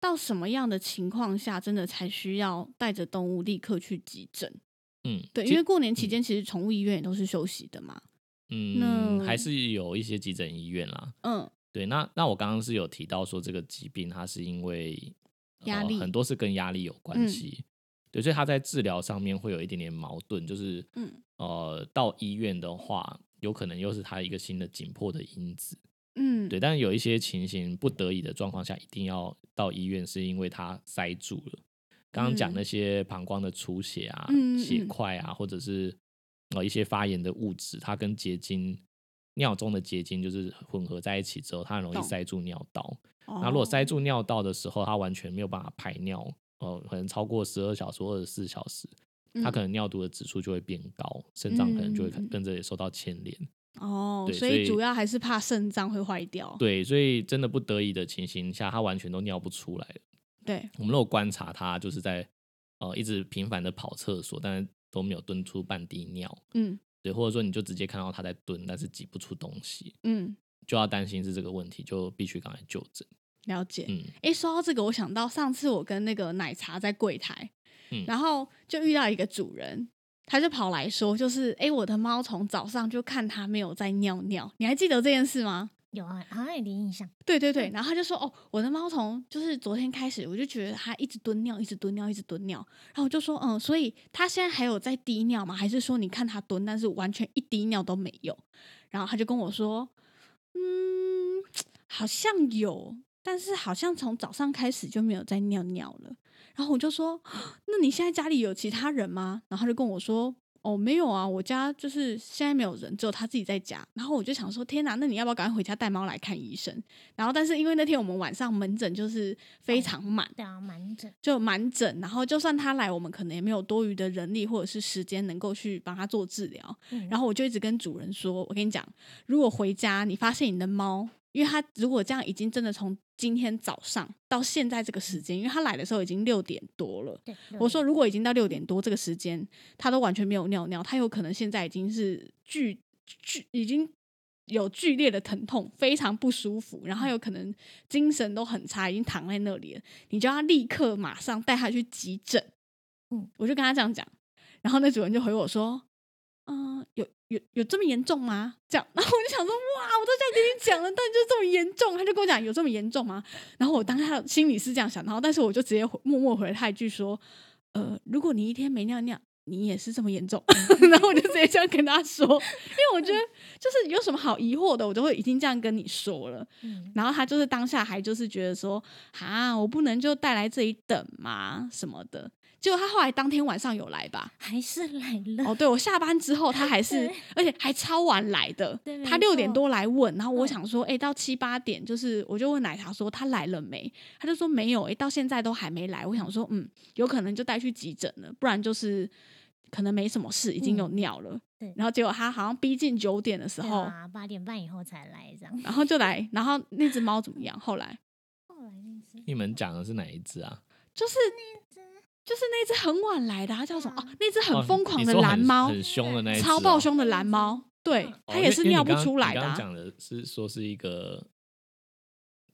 Speaker 3: 到什么样的情况下，真的才需要带着动物立刻去急诊？
Speaker 2: 嗯，
Speaker 3: 对，
Speaker 2: 其
Speaker 3: 因为过年期间其实宠物医院也都是休息的嘛。
Speaker 2: 嗯
Speaker 3: 那
Speaker 2: 还是有一些急诊医院啦。
Speaker 3: 嗯
Speaker 2: 对，那那我刚刚是有提到说这个疾病它是因为呃
Speaker 3: 压力
Speaker 2: 很多是跟压力有关
Speaker 3: 嗯
Speaker 2: 系。对，所以它在治疗上面会有一点点矛盾，就是
Speaker 3: 嗯
Speaker 2: 呃，到医院的话，有可能又是它一个新的紧迫的因子。
Speaker 3: 嗯，
Speaker 2: 对，但是有一些情形不得已的状况下，一定要到医院，是因为它塞住了。刚刚讲
Speaker 3: 嗯
Speaker 2: 那些膀胱的出血啊、
Speaker 3: 嗯嗯
Speaker 2: 血
Speaker 3: 嗯
Speaker 2: 块啊，或者是呃一些发炎的物质，它跟结晶、尿中的结晶就是混合在一起之后，它很容易
Speaker 3: 懂
Speaker 2: 塞住尿道。
Speaker 3: 那
Speaker 2: 那如果塞
Speaker 3: 哦
Speaker 2: 住尿道的时候，它完全没有办法排尿，呃，可能超过十二小时、二十四小时，它可能尿毒的指数就会变高，肾脏可能就会
Speaker 3: 嗯嗯嗯嗯
Speaker 2: 跟着也受到牵连。
Speaker 3: 哦，
Speaker 2: 对
Speaker 3: 所
Speaker 2: 所
Speaker 3: 以
Speaker 2: 以
Speaker 3: 主要还是怕肾脏会坏掉。
Speaker 2: 对，所以真的不得已的情形下，它完全都尿不出来了。
Speaker 3: 对，
Speaker 2: 我们都有观察它，就是在呃一直频繁的跑厕所，但是都没有蹲出半滴尿。
Speaker 3: 嗯
Speaker 2: 对，或者说你就直接看到它在蹲，但是挤不出东西，
Speaker 3: 嗯，
Speaker 2: 就要担心是这个问题，就必须赶快就诊。
Speaker 3: 了解。
Speaker 2: 嗯
Speaker 3: 诶，说到这个，我想到上次我跟那个奶茶在柜台，
Speaker 2: 嗯
Speaker 3: 然后就遇到一个主人，他就跑来说，就是诶，我的猫从早上就看它没有在尿尿，你还记得这件事吗？
Speaker 1: 有啊，好像有点印象。
Speaker 3: 对对对，然后他就说哦，我的猫从就是昨天开始，我就觉得它一直蹲尿，一直蹲尿，一直蹲尿。然后我就说嗯，所以它现在还有在滴尿吗？还是说你看它蹲，但是完全一滴尿都没有？然后他就跟我说，嗯，好像有，但是好像从早上开始就没有再尿尿了。然后我就说，那你现在家里有其他人吗？然后他就跟我说。哦，没有啊，我家就是现在没有人，只有他自己在家。然后我就想说，天哪，那你要不要赶快回家带猫来看医生？然后，但是因为那天我们晚上门诊就是非常满，
Speaker 1: 对啊，蛮整。
Speaker 3: 就满诊，然后就算他来，我们可能也没有多余的人力或者是时间能够去帮他做治疗。
Speaker 1: 嗯
Speaker 3: 然后我就一直跟主人说，我跟你讲，如果回家你发现你的猫，因为它如果这样已经真的从今天早上到现在这个时间，因为它来的时候已经六点多了。
Speaker 1: 对，
Speaker 3: 我说，如果已经到六点多这个时间，它都完全没有尿尿，它有可能现在已经是剧剧已经有剧烈的疼痛，非常不舒服，然后它
Speaker 1: 嗯
Speaker 3: 有可能精神都很差，已经躺在那里了。你就要立刻马上带它去急诊。
Speaker 1: 嗯，
Speaker 3: 我就跟他这样讲，然后那主人就回我说：“嗯、有有有这么严重吗？”这样，然后我就想说：“哇，我都想跟你讲了，但就这么严重。”他就跟我讲：“有这么严重吗？”然后我当下心里是这样想，然后但是我就直接回默默回他一句说：“呃，如果你一天没尿尿，你也是这么严重。” [LAUGHS] 然后我就直接这样跟他说，因为我觉得就是有什么好疑惑的，我都会已经这样跟你说了。
Speaker 1: 嗯
Speaker 3: 然后他就是当下还就是觉得说，啊，我不能就带来这里等嘛什么的。结果他后来当天晚上有来吧？
Speaker 1: 还是来了。
Speaker 3: 哦，对我下班之后他还是
Speaker 1: 对，
Speaker 3: 而且还超晚来的
Speaker 1: 对。没
Speaker 3: 他六点
Speaker 1: 错
Speaker 3: 多来问，然后
Speaker 1: 嗯
Speaker 3: 我想说，哎、到七八点就是我就问奶茶说他来了没？他就说没有，哎、到现在都还没来。我想说，嗯，有可能就带去急诊了，不然就是可能没什么事，已经有
Speaker 1: 嗯
Speaker 3: 尿了。
Speaker 1: 对
Speaker 3: 然后结果他好像逼近九点的时
Speaker 1: 对
Speaker 3: 候，
Speaker 1: 啊，八点半以后才来这样。
Speaker 3: 然后就来，然后那只猫怎么样？
Speaker 1: [LAUGHS]
Speaker 3: 后来。
Speaker 1: 后来那只
Speaker 2: 你们讲的是哪一只啊？
Speaker 3: 就是就是那只很晚来的，它叫什么？
Speaker 1: 对
Speaker 3: 哦
Speaker 1: 啊，
Speaker 3: 那只
Speaker 2: 哦
Speaker 3: 很
Speaker 2: 你
Speaker 3: 疯狂
Speaker 2: 你
Speaker 3: 的
Speaker 2: 说
Speaker 3: 蓝
Speaker 2: 很
Speaker 3: 猫，
Speaker 2: 很凶的那一只哦、
Speaker 3: 超暴凶的蓝猫，
Speaker 1: [LAUGHS]
Speaker 3: 对，
Speaker 2: 哦。
Speaker 3: 它也
Speaker 2: 因
Speaker 3: 是
Speaker 2: 为因为
Speaker 3: 尿
Speaker 2: 你
Speaker 3: 不
Speaker 2: 刚刚
Speaker 3: 出来
Speaker 2: 你
Speaker 3: 的
Speaker 2: 刚
Speaker 3: 啊、
Speaker 2: 刚讲的是说是一个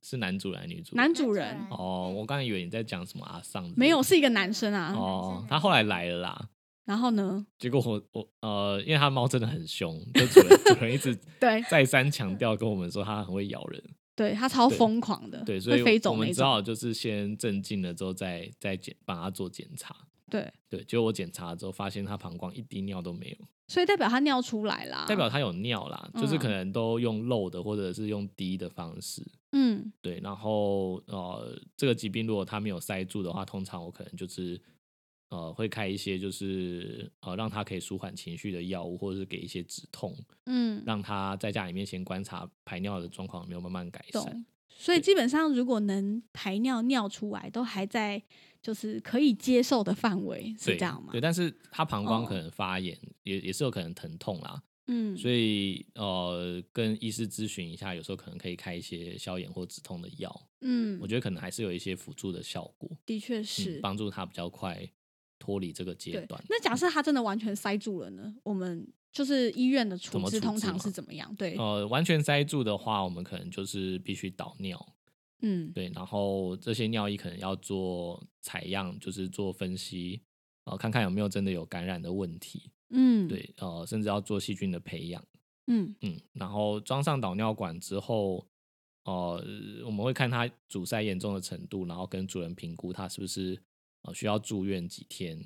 Speaker 2: 是男主来女主？
Speaker 3: 男主人
Speaker 1: 男主人
Speaker 2: 哦，我刚才以为你在讲什么阿尚之类的，
Speaker 3: 没有，是一个男生啊。
Speaker 2: 哦，他后来来了啦。
Speaker 3: 然后呢？
Speaker 2: 结果我我呃，因为它猫真的很凶，就主人主人一直
Speaker 3: 对
Speaker 2: 再三强调跟我们说它很会咬人，
Speaker 3: 对，它超
Speaker 2: 对
Speaker 3: 疯狂的，
Speaker 2: 对，所
Speaker 3: 会飞
Speaker 2: 以我
Speaker 3: 走
Speaker 2: 们
Speaker 3: 那
Speaker 2: 只
Speaker 3: 种。
Speaker 2: 好就是先镇静了之后再再检帮它做检查，
Speaker 3: 对，
Speaker 2: 对，结果我检查了之后发现它膀胱一滴尿都没有，
Speaker 3: 所以代表它尿出来啦。
Speaker 2: 代表它有尿啦，就是可
Speaker 3: 啊嗯
Speaker 2: 能都用漏的或者是用滴的方式，
Speaker 3: 嗯
Speaker 2: 对，然后呃，这个疾病如果它没有塞住的话，通常我可能就是呃会开一些就是呃让它可以舒缓情绪的药物，或者是给一些止痛。
Speaker 3: 嗯，
Speaker 2: 让他在家里面先观察排尿的状况有没有慢慢改善
Speaker 3: 懂。所以基本上如果能排尿尿出来，都还在就是可以接受的范围，是
Speaker 2: 对
Speaker 3: 这样吗
Speaker 2: 对，？但是它膀胱
Speaker 3: 哦
Speaker 2: 可能发炎，也也是有可能疼痛啦，
Speaker 3: 嗯，
Speaker 2: 所以呃，跟医师咨询一下，有时候可能可以开一些消炎或止痛的药，
Speaker 3: 嗯
Speaker 2: 我，觉得可能还是有一些辅助的效果，
Speaker 3: 的确
Speaker 2: 嗯
Speaker 3: 是。
Speaker 2: 帮、助他比较快脱离这个阶
Speaker 3: 对
Speaker 2: 段，。
Speaker 3: 那假设他真的完全塞住了呢？我们就是医院的
Speaker 2: 怎
Speaker 3: 处
Speaker 2: 么
Speaker 3: 置
Speaker 2: 处
Speaker 3: 通
Speaker 2: 置
Speaker 3: 常
Speaker 2: 嘛
Speaker 3: 是怎么样？对，
Speaker 2: 呃，完全塞住的话，我们可能就是必须导尿，
Speaker 3: 嗯，
Speaker 2: 对，然后这些尿液可能要做采样，就是做分析，呃，看看有没有真的有感染的问题，
Speaker 3: 嗯，，
Speaker 2: 对，呃，甚至要做细菌的培养，
Speaker 3: 嗯
Speaker 2: 嗯，然后装上导尿管之后，呃，我们会看它阻塞严重的程度，然后跟主人评估它是不是呃需要住院几天，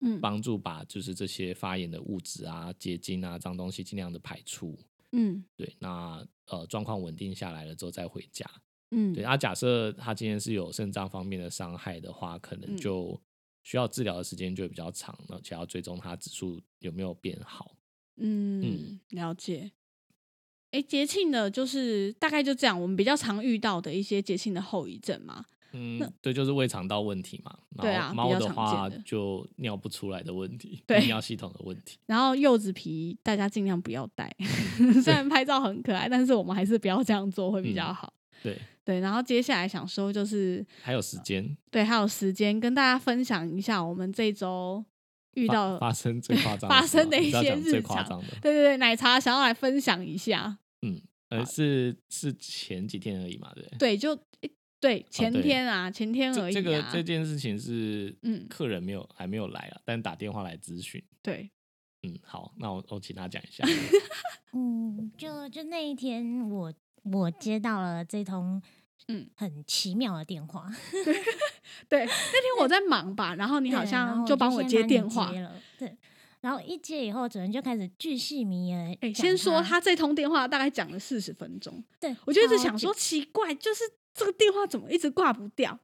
Speaker 3: 嗯，
Speaker 2: 帮助把就是这些发炎的物质啊、结晶啊、脏东西尽量的排出，
Speaker 3: 嗯
Speaker 2: 对，那呃状况稳定下来了之后再回家，
Speaker 3: 嗯，
Speaker 2: 对，那、假设他今天是有肾脏方面的伤害的话，可
Speaker 3: 嗯
Speaker 2: 能就需要治疗的时间就会比较长，而且要追踪他指数有没有变好。
Speaker 3: 嗯，了解。哎，节庆的，就是大概就这样，我们比较常遇到的一些节庆的后遗症嘛。
Speaker 2: 嗯，对，就是胃肠道问题嘛。
Speaker 3: 对
Speaker 2: 然
Speaker 3: 啊
Speaker 2: 后
Speaker 3: 比
Speaker 2: 猫
Speaker 3: 较
Speaker 2: 的
Speaker 3: 常
Speaker 2: 话
Speaker 3: 见的
Speaker 2: 就尿不出来的问题，
Speaker 3: 对
Speaker 2: 泌尿系统的问题。
Speaker 3: 然后柚子皮大家尽量不要带， [LAUGHS] 虽然拍照很可爱，但是我们还是不要这样做会比较
Speaker 2: 嗯
Speaker 3: 好。
Speaker 2: 对，
Speaker 3: 对，然后接下来想说就是
Speaker 2: 还有时间
Speaker 3: 对，还有时间跟大家分享一下我们这周 [LAUGHS] 遇
Speaker 2: 发
Speaker 3: 到
Speaker 2: 发生最夸张
Speaker 3: 发
Speaker 2: 事嘛
Speaker 3: 生的
Speaker 2: 你
Speaker 3: 一
Speaker 2: 是要
Speaker 3: 些
Speaker 2: 讲最
Speaker 3: 日
Speaker 2: 夸
Speaker 3: 常
Speaker 2: 张的，
Speaker 3: 对对对，奶茶想要来分享一下。
Speaker 2: 呃，是是前几天而已嘛，对不对。
Speaker 3: 对，就诶对前
Speaker 2: 哦对
Speaker 3: 天啊，前天而
Speaker 2: 这
Speaker 3: 已
Speaker 2: 这个
Speaker 3: 啊。
Speaker 2: 这件事情是，
Speaker 3: 嗯
Speaker 2: 嗯，客人没有还没有来啊，但打电话来咨询，
Speaker 3: 对，
Speaker 2: 嗯，好，那我我请他讲一下，
Speaker 1: 嗯，就就那一天我，我接到了这通
Speaker 3: 嗯
Speaker 1: 嗯很奇妙的电话，
Speaker 3: 对，那天我在忙吧，然后你好
Speaker 1: 对然后
Speaker 3: 像
Speaker 1: 我
Speaker 3: 帮我
Speaker 1: 先
Speaker 3: 接
Speaker 1: 你
Speaker 3: 电话
Speaker 1: 接。了，对，然后一接以后，主人就开始巨细靡遗
Speaker 3: 哎，
Speaker 1: 地讲。
Speaker 3: 先说他这通电话大概讲了四十分钟，
Speaker 1: 对
Speaker 3: 我就一直
Speaker 1: 超
Speaker 3: 想
Speaker 1: 级
Speaker 3: 说奇怪，就是这个电话怎么一直挂不掉，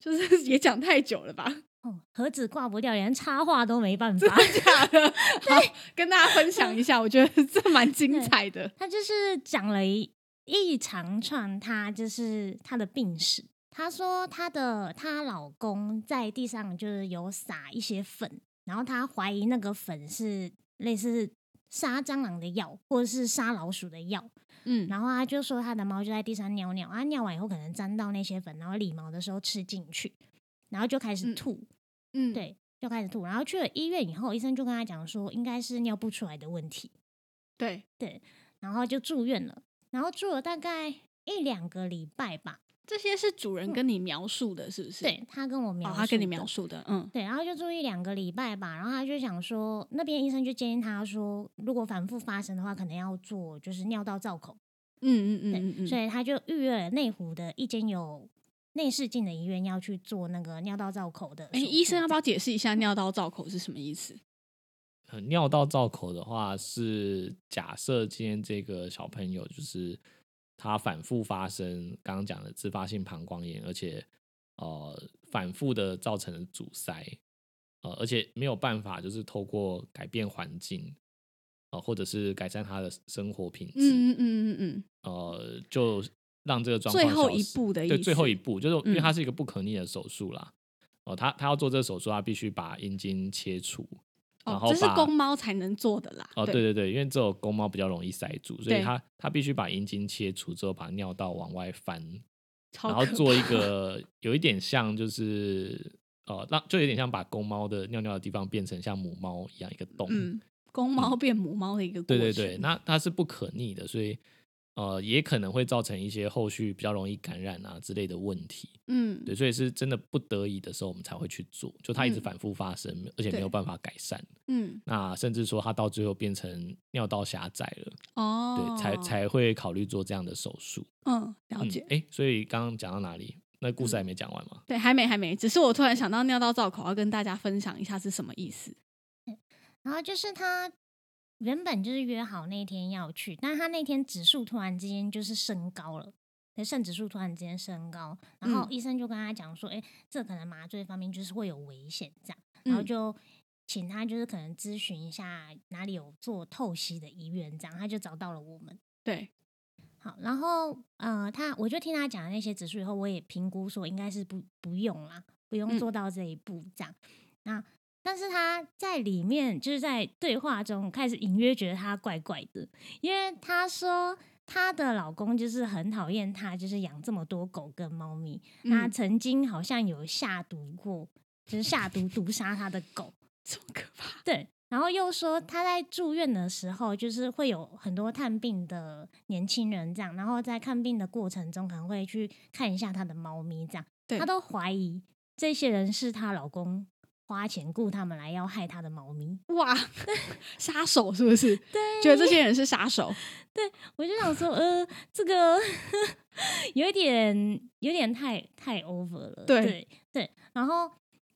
Speaker 3: 就是 [LAUGHS] 也讲太久了吧？
Speaker 1: 哦，何止挂不掉，连插话都没
Speaker 3: [LAUGHS]
Speaker 1: 办法。
Speaker 3: 假的，好，跟大家分享一下，我觉得 [LAUGHS] 这蛮精
Speaker 1: 对
Speaker 3: 彩的。
Speaker 1: 他就是讲了一一长串，他就是他的病史。她说她的她老公在地上就是有撒一些粉，然后她怀疑那个粉是类似杀蟑螂的药或者是杀老鼠的药，
Speaker 3: 嗯
Speaker 1: 然后她就说她的猫就在地上尿尿，啊尿完以后可能沾到那些粉，然后理毛的时候吃进去，然后就开始
Speaker 3: 嗯
Speaker 1: 吐，
Speaker 3: 嗯，
Speaker 1: 对，就开始吐，然后去了医院以后，医生就跟她讲说应该是尿不出来的问题，
Speaker 3: 对，
Speaker 1: 然后就住院了，然后住了大概一两个礼拜吧。
Speaker 3: 这些是主人跟你描述的，是不是？
Speaker 1: 对，他跟我描
Speaker 3: 哦
Speaker 1: 述、，
Speaker 3: 他跟你嗯描。述的，嗯
Speaker 1: 对，然后就住一两个礼拜吧，然后他就想说，那边医生就建议他说，如果反复发生的话，可能要做就是尿道造口，
Speaker 3: 嗯嗯
Speaker 1: 对，
Speaker 3: 嗯嗯，
Speaker 1: 所以他就预约了内湖的一间有内视镜的医院，要去做那个尿道造口的手术。
Speaker 3: 哎，医生要不要解释一下尿道造口是什么意思？
Speaker 2: 呃尿道造口的话，是假设今天这个小朋友就是他反复发生刚刚讲的自发性膀胱炎，而且呃反复的造成的阻塞，呃而且没有办法就是透过改变环境，呃或者是改善他的生活品质，
Speaker 3: 嗯嗯嗯嗯
Speaker 2: 呃就让这个
Speaker 3: 嗯，
Speaker 2: 状
Speaker 3: 最
Speaker 2: 况
Speaker 3: 后
Speaker 2: 消
Speaker 3: 一
Speaker 2: 失
Speaker 3: 步的意思，
Speaker 2: 对，最后一步就是因为
Speaker 3: 嗯
Speaker 2: 它是一个不可逆的手术啦。哦，他他要做这个手术，他必须把阴茎切除，然
Speaker 3: 哦，
Speaker 2: 后
Speaker 3: 这是
Speaker 2: 把
Speaker 3: 公猫才能做的啦。
Speaker 2: 哦，对对对，因为只有公猫比较容易塞住，所
Speaker 3: 对
Speaker 2: 以它它必须把阴茎切除之后，把尿道往外翻，
Speaker 3: 超
Speaker 2: 然后
Speaker 3: 可
Speaker 2: 做一
Speaker 3: 怕
Speaker 2: 个有一点像就是呃，让就有点像把公猫的尿尿的地方变成像母猫一样一个洞。
Speaker 3: 嗯，公猫变母猫的一个过
Speaker 2: 对
Speaker 3: 程。
Speaker 2: 对对，那它是不可逆的，所以呃，也可能会造成一些后续比较容易感染啊之类的问题。
Speaker 3: 嗯，
Speaker 2: 对，所以是真的不得已的时候，我们才会去做。就它一直
Speaker 3: 嗯
Speaker 2: 反复发生，而且
Speaker 3: 对
Speaker 2: 没有办法改善，
Speaker 3: 嗯，
Speaker 2: 那甚至说它到最后变成尿道狭窄了。
Speaker 3: 哦，
Speaker 2: 对，才才会考虑做这样的手术。
Speaker 3: 嗯，了
Speaker 2: 嗯
Speaker 3: 解。，嗯
Speaker 2: 哎、所以刚刚讲到哪里？那故事还没讲完吗？
Speaker 3: 对，还没还没，只是我突然想到尿道造口，要跟大家分享一下是什么意思。
Speaker 1: 然后就是他原本就是约好那天要去，但他那天指数突然之间就是升高了。对肾指数突然之间升高，然后
Speaker 3: 嗯
Speaker 1: 医生就跟他讲说：“哎、这可能麻醉方面就是会有危险这样。”然后
Speaker 3: 嗯
Speaker 1: 就请他就是可能咨询一下哪里有做透析的医院这样，他就找到了我们。
Speaker 3: 对，
Speaker 1: 好，然后呃，他我就听他讲的那些指数以后，我也评估说应该是不不用啦，不用
Speaker 3: 嗯
Speaker 1: 做到这一步这样。那但是他在里面就是在对话中开始隐约觉得他怪怪的，因为他说她的老公就是很讨厌她，就是养这么多狗跟猫咪，那
Speaker 3: 嗯
Speaker 1: 曾经好像有下毒过，就是下毒毒杀她的狗，
Speaker 3: 这么可怕，
Speaker 1: 对。然后又说她在住院的时候，就是会有很多探病的年轻人这样，然后在看病的过程中可能会去看一下她的猫咪这样，
Speaker 3: 对
Speaker 1: 她都怀疑这些人是她老公花钱雇他们来要害她的猫咪。
Speaker 3: 哇， [LAUGHS] 杀手是不是？对，觉得这些人是杀手，
Speaker 1: 我就想说，呃，这个 [LAUGHS] 有一点有点太太 over 了，
Speaker 3: 对
Speaker 1: 对对然后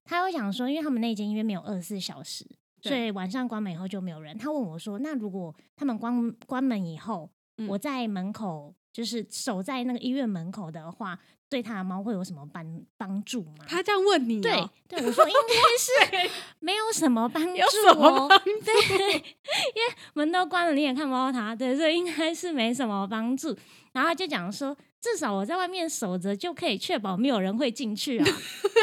Speaker 1: 他会想说，因为他们那间医院没有二十四小时，
Speaker 3: 对
Speaker 1: 所以晚上关门以后就没有人。他问我说，那如果他们关关门以后，
Speaker 3: 嗯
Speaker 1: 我在门口就是守在那个医院门口的话，对他的猫会有什么帮帮助吗？
Speaker 3: 他这样问你、
Speaker 1: 对
Speaker 3: 哦，
Speaker 1: 对，我说应
Speaker 3: [LAUGHS]
Speaker 1: 该是没有什么帮助
Speaker 3: 有什么
Speaker 1: 哦，对，因为门都关了，你也看不到他，对，所以应该是没什么帮助。然后他就讲说，至少我在外面守着，就可以确保没有人会进去 [LAUGHS] 啊。然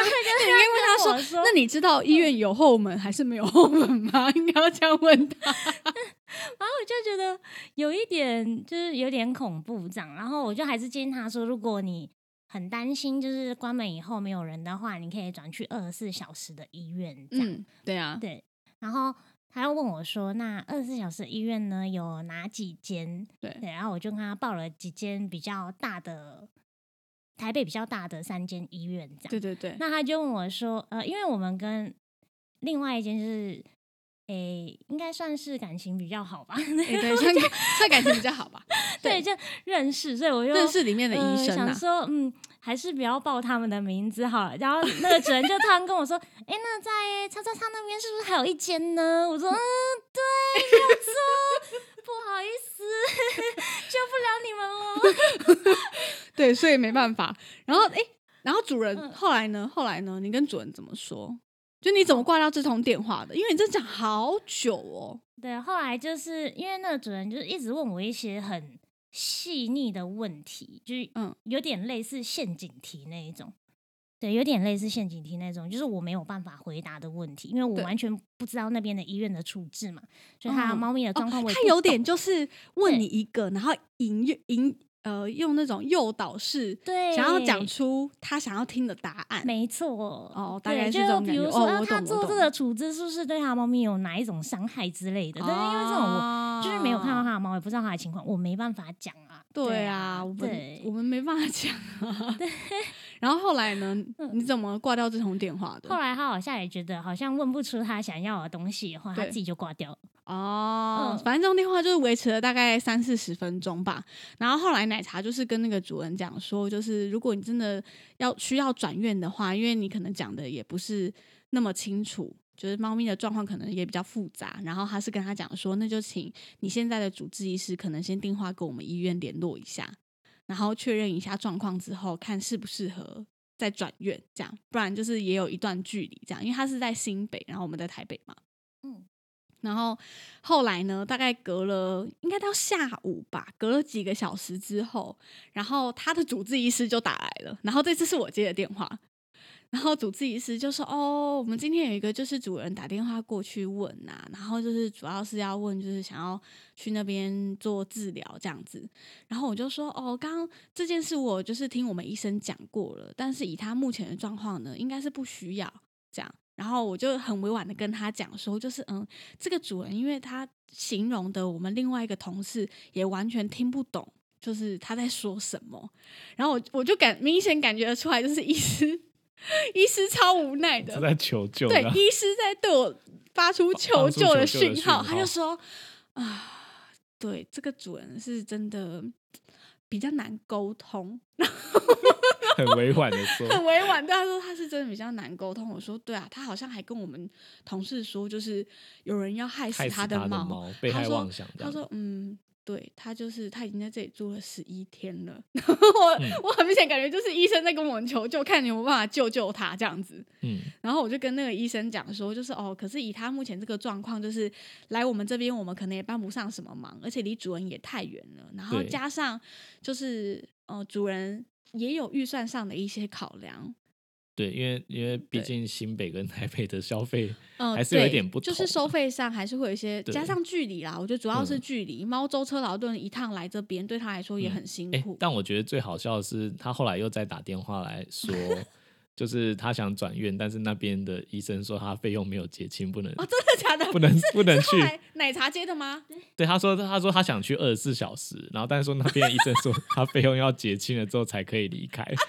Speaker 1: 后他就
Speaker 3: 那
Speaker 1: 跟我说，
Speaker 3: 那你知道医院有后门还是没有后门吗？ [LAUGHS] 应该要这样问他。
Speaker 1: 然后我就觉得有一点就是有点恐怖这样，然后我就还是建议他说，如果你很担心，就是关门以后没有人的话，你可以转去二十四小时的医院这样。
Speaker 3: 嗯，对啊，
Speaker 1: 对，然后他又问我说：“那二十四小时医院呢有哪几间？”
Speaker 3: 对
Speaker 1: 对，然后我就跟他报了几间比较大的，台北比较大的三间医院这样。
Speaker 3: 对对对，
Speaker 1: 那他就问我说：“呃，因为我们跟另外一间就是，诶，应该算是感情比较好吧？
Speaker 3: 哎对，算 [LAUGHS] 感算感情比较好吧？
Speaker 1: [LAUGHS] 对，就认识，所以我就
Speaker 3: 认识里面的医生
Speaker 1: 呃、想，
Speaker 3: 啊
Speaker 1: 说嗯，还是不要报他们的名字好了。然后那个主人就突然跟我说：“哎、那在叉叉叉那边是不是还有一间呢？”我说：“嗯，对，没有错，不好意思， [LAUGHS] 救不了你们了。
Speaker 3: 对，所以没办法。然后哎、然后主人、
Speaker 1: 嗯
Speaker 3: 后来呢？后来呢？你跟主人怎么说？就你怎么挂掉这通电话的？因为你这讲好久哦。”
Speaker 1: 对，后来就是因为那个主人就是一直问我一些很细腻的问题，就是
Speaker 3: 嗯
Speaker 1: 有点类似陷阱题那一种。对，有点类似陷阱题那种，就是我没有办法回答的问题，因为我
Speaker 3: 对
Speaker 1: 完全不知道那边的医院的处置嘛，所以它
Speaker 3: 嗯
Speaker 1: 猫咪的状况我也
Speaker 3: 他
Speaker 1: 不
Speaker 3: 有
Speaker 1: 懂
Speaker 3: 点就是问
Speaker 1: 对
Speaker 3: 你一个，然后引诱引呃用那种诱导式，
Speaker 1: 对，
Speaker 3: 想要讲出他想要听的答案。
Speaker 1: 没错
Speaker 3: 哦大
Speaker 1: 对
Speaker 3: 概是
Speaker 1: 就
Speaker 3: 这种
Speaker 1: 比如
Speaker 3: 感觉
Speaker 1: 说，
Speaker 3: 哦
Speaker 1: 啊
Speaker 3: 我
Speaker 1: 他
Speaker 3: 懂我
Speaker 1: 做这
Speaker 3: 懂
Speaker 1: 个处置是不是对他猫咪有哪一种伤害之类的？对，因为这种我
Speaker 3: 我
Speaker 1: 就是没有看到他的猫，也不知道他的情况，我没办法讲啊。
Speaker 3: 对啊，
Speaker 1: 啊
Speaker 3: 我，们
Speaker 1: 对
Speaker 3: 我，们没办法讲啊。 [LAUGHS] 然后后来呢？
Speaker 1: 嗯
Speaker 3: 你怎么挂掉这通电话的
Speaker 1: 后？来他好像也觉得好像问不出他想要的东西的话，他
Speaker 3: 对
Speaker 1: 自己就挂掉了。
Speaker 3: 哦，
Speaker 1: 嗯
Speaker 3: 反正这通电话就是维持了大概三四十分钟吧。然后后来奶茶就是跟那个主人讲说，就是如果你真的要需要转院的话，因为你可能讲的也不是那么清楚。就是猫咪的状况可能也比较复杂，然后他是跟他讲说，那就请你现在的主治医师可能先电话跟我们医院联络一下，然后确认一下状况之后，看适不适合再转院，这样，不然就是也有一段距离这样，因为他是在新北，然后我们在台北嘛，
Speaker 1: 嗯，
Speaker 3: 然后后来呢，大概隔了应该到下午吧，隔了几个小时之后，然后他的主治医师就打来了，然后这次是我接的电话，然后主治医师就说：“哦，我们今天有一个就是主人打电话过去问呐、然后就是主要是要问就是想要去那边做治疗这样子。”然后我就说：“哦，刚刚这件事我就是听我们医生讲过了，但是以他目前的状况呢，应该是不需要这样。”然后我就很委婉的跟他讲说，就是嗯，这个主人，因为他形容的我们另外一个同事也完全听不懂，就是他在说什么。然后我我就感明显感觉得出来，就是医师 [LAUGHS] 医师超无奈的
Speaker 2: 是，在求救
Speaker 3: [LAUGHS] 对
Speaker 2: 的，
Speaker 3: 医师在对我发出求救的讯
Speaker 2: 发
Speaker 3: 号，
Speaker 2: 出求救的讯号
Speaker 3: 他就说啊，对，这个主人是真的比较难沟
Speaker 2: [LAUGHS]
Speaker 3: 通，
Speaker 2: 很委婉的说，
Speaker 3: 很委婉对他说他是真的比较难沟通。我说对啊，他好像还跟我们同事说，就是有人要 [LAUGHS] 害死
Speaker 2: 害死他
Speaker 3: 他的
Speaker 2: 的
Speaker 3: 猫，
Speaker 2: 猫，被
Speaker 3: 他
Speaker 2: 害
Speaker 3: 说
Speaker 2: 妄想这
Speaker 3: 他
Speaker 2: 样。
Speaker 3: 说嗯。对他就是他已经在这里住了十一天了， [LAUGHS] 然后我、
Speaker 2: 嗯
Speaker 3: 我很明显感觉就是医生在跟我们求救，看你有没有办法救救他这样子。
Speaker 2: 嗯，
Speaker 3: 然后我就跟那个医生讲说，就是哦，可是以他目前这个状况，就是来我们这边，我们可能也帮不上什么忙，而且离主人也太远了。然后
Speaker 2: 对
Speaker 3: 加上就是呃，主人也有预算上的一些考量，
Speaker 2: 对，因为因为毕
Speaker 3: 对
Speaker 2: 竟新北跟 [LAUGHS] 台北的消费
Speaker 3: 嗯，
Speaker 2: 还是有一
Speaker 3: 对
Speaker 2: 点不
Speaker 3: 就是
Speaker 2: 同
Speaker 3: 收费上还是会有一些，
Speaker 2: 对
Speaker 3: 加上距离啦，我觉得主要是
Speaker 2: 嗯
Speaker 3: 距离。猫舟车劳顿一趟来这边，对他来说也
Speaker 2: 嗯
Speaker 3: 很辛
Speaker 2: 哎、
Speaker 3: 苦。
Speaker 2: 但我觉得最好笑的是，他后来又再打电话来
Speaker 3: [LAUGHS]
Speaker 2: 说，就是他想转院，但是那边的医生说他费用没有结清，不能、
Speaker 3: 哦，真的假的？
Speaker 2: 不能
Speaker 3: 是
Speaker 2: 不能
Speaker 3: 是后
Speaker 2: 去
Speaker 3: 来奶茶街的吗？
Speaker 2: 对，他说他说他想去二十四小时，然后但是说那边的医生
Speaker 3: [LAUGHS]
Speaker 2: 说他费用要结清了之后才可以离开。
Speaker 3: 啊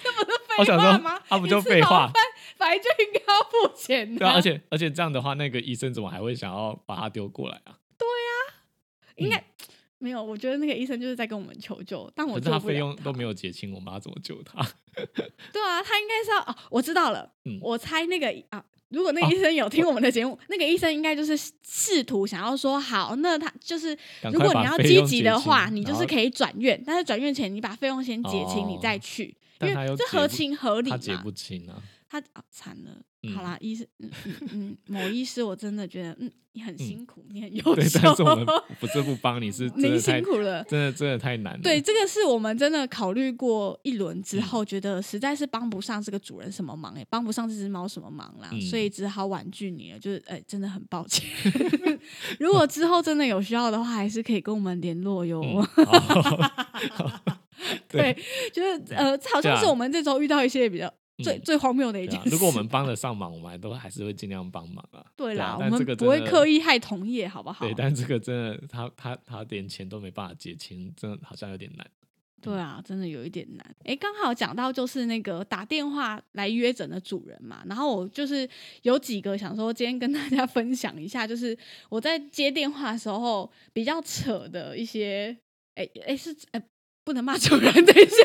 Speaker 2: 我想
Speaker 3: 废话
Speaker 2: 说啊
Speaker 3: 吗？，
Speaker 2: 他不
Speaker 3: 你
Speaker 2: 就
Speaker 3: 吃
Speaker 2: 废
Speaker 3: 饱
Speaker 2: 话
Speaker 3: 饭？ [LAUGHS] 反正就应该要付钱的、
Speaker 2: 对啊，而且而且这样的话，那个医生怎么还会想要把他丢过来啊？
Speaker 3: 应该、没有。我觉得那个医生就是在跟我们求救，但
Speaker 2: 嗯可
Speaker 3: 我
Speaker 2: 是
Speaker 3: 救
Speaker 2: 他
Speaker 3: 不了
Speaker 2: 费用都没有结清，我们要怎么救他？
Speaker 3: 对啊，他应该是要哦，我知道了，
Speaker 2: 嗯
Speaker 3: 我猜那个啊，如果那
Speaker 2: 啊
Speaker 3: 个医生有听我们的节目，那个医生应该就是试图想要说，好，那他就是
Speaker 2: 赶
Speaker 3: 如
Speaker 2: 快
Speaker 3: 果
Speaker 2: 把
Speaker 3: 你要
Speaker 2: 费
Speaker 3: 积
Speaker 2: 用
Speaker 3: 极
Speaker 2: 结
Speaker 3: 的话，
Speaker 2: 清
Speaker 3: 你就
Speaker 2: 然
Speaker 3: 是
Speaker 2: 后
Speaker 3: 可以转院，但是转院前你把费用先结清，你再
Speaker 2: 哦
Speaker 3: 去，因
Speaker 2: 但他
Speaker 3: 为
Speaker 2: 又
Speaker 3: 这
Speaker 2: 结
Speaker 3: 合
Speaker 2: 不
Speaker 3: 情合理
Speaker 2: 他
Speaker 3: 嘛。
Speaker 2: 结不清啊。
Speaker 3: 他啊惨了，
Speaker 2: 嗯
Speaker 3: 好啦，医生，嗯嗯嗯，某医师，我真的觉得，嗯，你很辛苦，你很优
Speaker 2: 对，
Speaker 3: 秀，
Speaker 2: 但是我们不是不帮
Speaker 3: [LAUGHS]
Speaker 2: 你，是真
Speaker 3: 您
Speaker 2: 的太
Speaker 3: 辛苦了。
Speaker 2: 真的真的太难了。
Speaker 3: 对，这个是我们真的考虑过一轮
Speaker 2: 嗯
Speaker 3: 之后，觉得实在是帮不上这个主人什么忙、也欸帮不上这只猫什么忙啦，
Speaker 2: 嗯
Speaker 3: 所以只好婉拒你了。就是，哎、真的很抱歉。 [LAUGHS] 如果之后真的有需要的话，还是可以跟我们联络哟。
Speaker 2: 嗯，好
Speaker 3: 对
Speaker 2: 对，
Speaker 3: [LAUGHS] 就是，呃，这好
Speaker 2: 对
Speaker 3: 像
Speaker 2: 啊
Speaker 3: 是我们这周遇到一些比较最、
Speaker 2: 嗯
Speaker 3: 最荒谬的一
Speaker 2: 对
Speaker 3: 件
Speaker 2: 啊
Speaker 3: 事。
Speaker 2: 如果我们帮得上忙，我们还都还是会尽量帮忙啊。对
Speaker 3: 对啦
Speaker 2: 啊，
Speaker 3: 我
Speaker 2: 但
Speaker 3: 们
Speaker 2: 这个
Speaker 3: 不会
Speaker 2: 真的
Speaker 3: 刻意害同业，好不好？
Speaker 2: 对，但这个真的，他他他连钱都没办法结清，真的好像有点难。
Speaker 3: 对啊，真的有一点难。诶，刚好讲到就是那个打电话来约诊的主人嘛，然后我就是有几个想说今天跟大家 [LAUGHS] 分享一下，就是我在接电话的时候比较扯的一些，诶诶是诶不能骂主人， [LAUGHS] 等一下，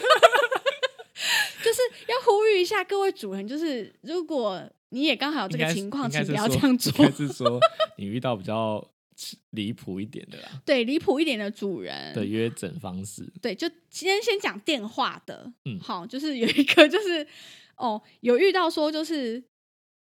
Speaker 3: 就是要呼吁一下各位主人，就是如果你也刚好有这
Speaker 2: 应
Speaker 3: 个
Speaker 2: 该
Speaker 3: 情况，
Speaker 2: 应该
Speaker 3: 请
Speaker 2: 是
Speaker 3: 不要
Speaker 2: 说
Speaker 3: 这样做。
Speaker 2: 应该是说你遇到比较离谱一点的啦
Speaker 3: 对，离谱一点的主
Speaker 2: [LAUGHS]
Speaker 3: 人，
Speaker 2: 的约诊方式，
Speaker 3: 对，就今天先讲电话的，
Speaker 2: 嗯
Speaker 3: 好，就是有一个就是哦，有遇到说就是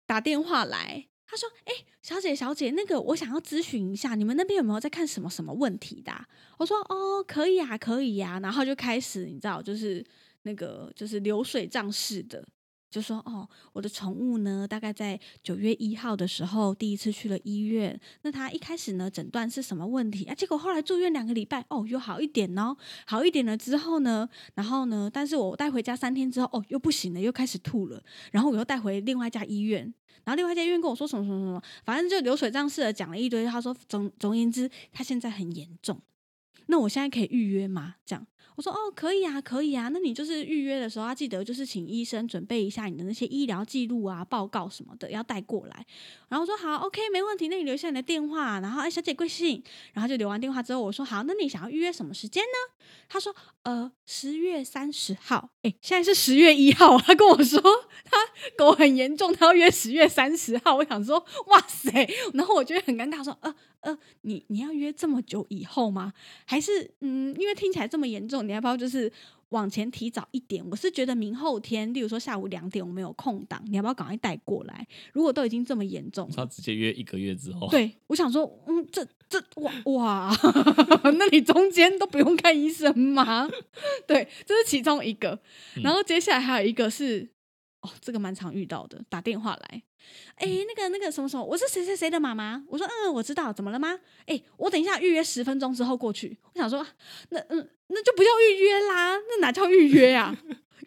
Speaker 3: 打电话来，他说，哎、小姐小姐，那个我想要咨询一下，你们那边有没有在看什么什么问题的啊、我说，哦，可以啊，可以啊，然后就开始你知道，就是那个就是流水账式的。就说哦，我的宠物呢，大概在九月一号的时候第一次去了医院。那它一开始呢，诊断是什么问题啊？结果后来住院两个礼拜，哦，有好一点哦。好一点了之后呢，然后呢，但是我带回家三天之后，哦，又不行了，又开始吐了，然后我又带回另外一家医院，然后另外一家医院跟我说什么什么什么，反正就流水账式的讲了一堆，他说总总而言之，他现在很严重，那我现在可以预约吗？这样。我说哦，可以啊，可以啊。那你就是预约的时候，要记得就是请医生准备一下你的那些医疗记录啊、报告什么的，要带过来。然后我说好，OK，没问题。那你留下你的电话，然后哎，小姐贵姓？然后就留完电话之后，我说好，那你想要预约什么时间呢？他说：“呃，十月三十号，哎，现在是十月一号。”啊他跟我说他狗很严重，他要约十月三十号。我想说，哇塞！然后我觉得很尴尬，说：“呃呃，你你要约这么久以后吗？还是嗯，因为听起来这么严重，你要不要就是往前提早一点？我是觉得明后天，例如说下午两点，我们有空档，你要不要赶快带过来？如果都已经这么严重了
Speaker 2: 他直接约一个月之后，
Speaker 3: 对，我想说，嗯，这这哇哇， [LAUGHS] 那你中间都不用看医生吗？ [LAUGHS] 对，这是其中一个。然后接下来还有一个是，哦，这个蛮常遇到的，打电话来，哎、那个那个什么什么，我是谁谁谁的妈妈。我说，嗯，我知道，怎么了吗？哎、我等一下预约十分钟之后过去。我想说，那嗯，那就不叫预约啦，那哪叫预约啊？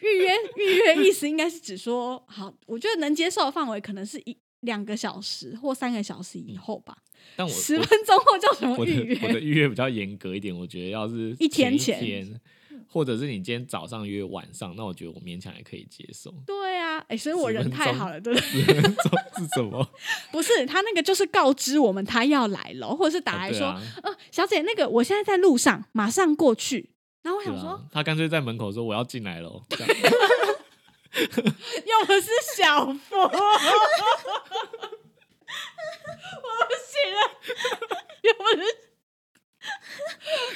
Speaker 3: 预约预约意思应该是指说，好，我觉得能接受的范围可能是一两个小时或三个小时以后吧。
Speaker 2: 但我
Speaker 3: 十
Speaker 2: 我
Speaker 3: 分钟后叫什么
Speaker 2: 我的
Speaker 3: 预
Speaker 2: 我的
Speaker 3: 约？
Speaker 2: 预约比较严格一点，我觉得要是
Speaker 3: 一天
Speaker 2: 前
Speaker 3: 前嗯
Speaker 2: 天或者是你今天早上约晚上，那我觉得我勉强还可以接受。
Speaker 3: 对啊，哎、所以我
Speaker 2: 10
Speaker 3: 人
Speaker 2: 分
Speaker 3: 太
Speaker 2: 钟
Speaker 3: 好了，对不对？ [LAUGHS]
Speaker 2: 十分钟是 [LAUGHS] 什么？
Speaker 3: 不是，他那个就是告知我们他要来了，或者是打来说，
Speaker 2: 啊对啊
Speaker 3: 呃，小姐，那个我现在在路上，马上过去。然后我
Speaker 2: 对
Speaker 3: 想
Speaker 2: 啊
Speaker 3: 说，
Speaker 2: 他干脆在门口说我要进来了，这
Speaker 3: [LAUGHS]
Speaker 2: 样
Speaker 3: 要不是小佛， [LAUGHS] 我不行了，要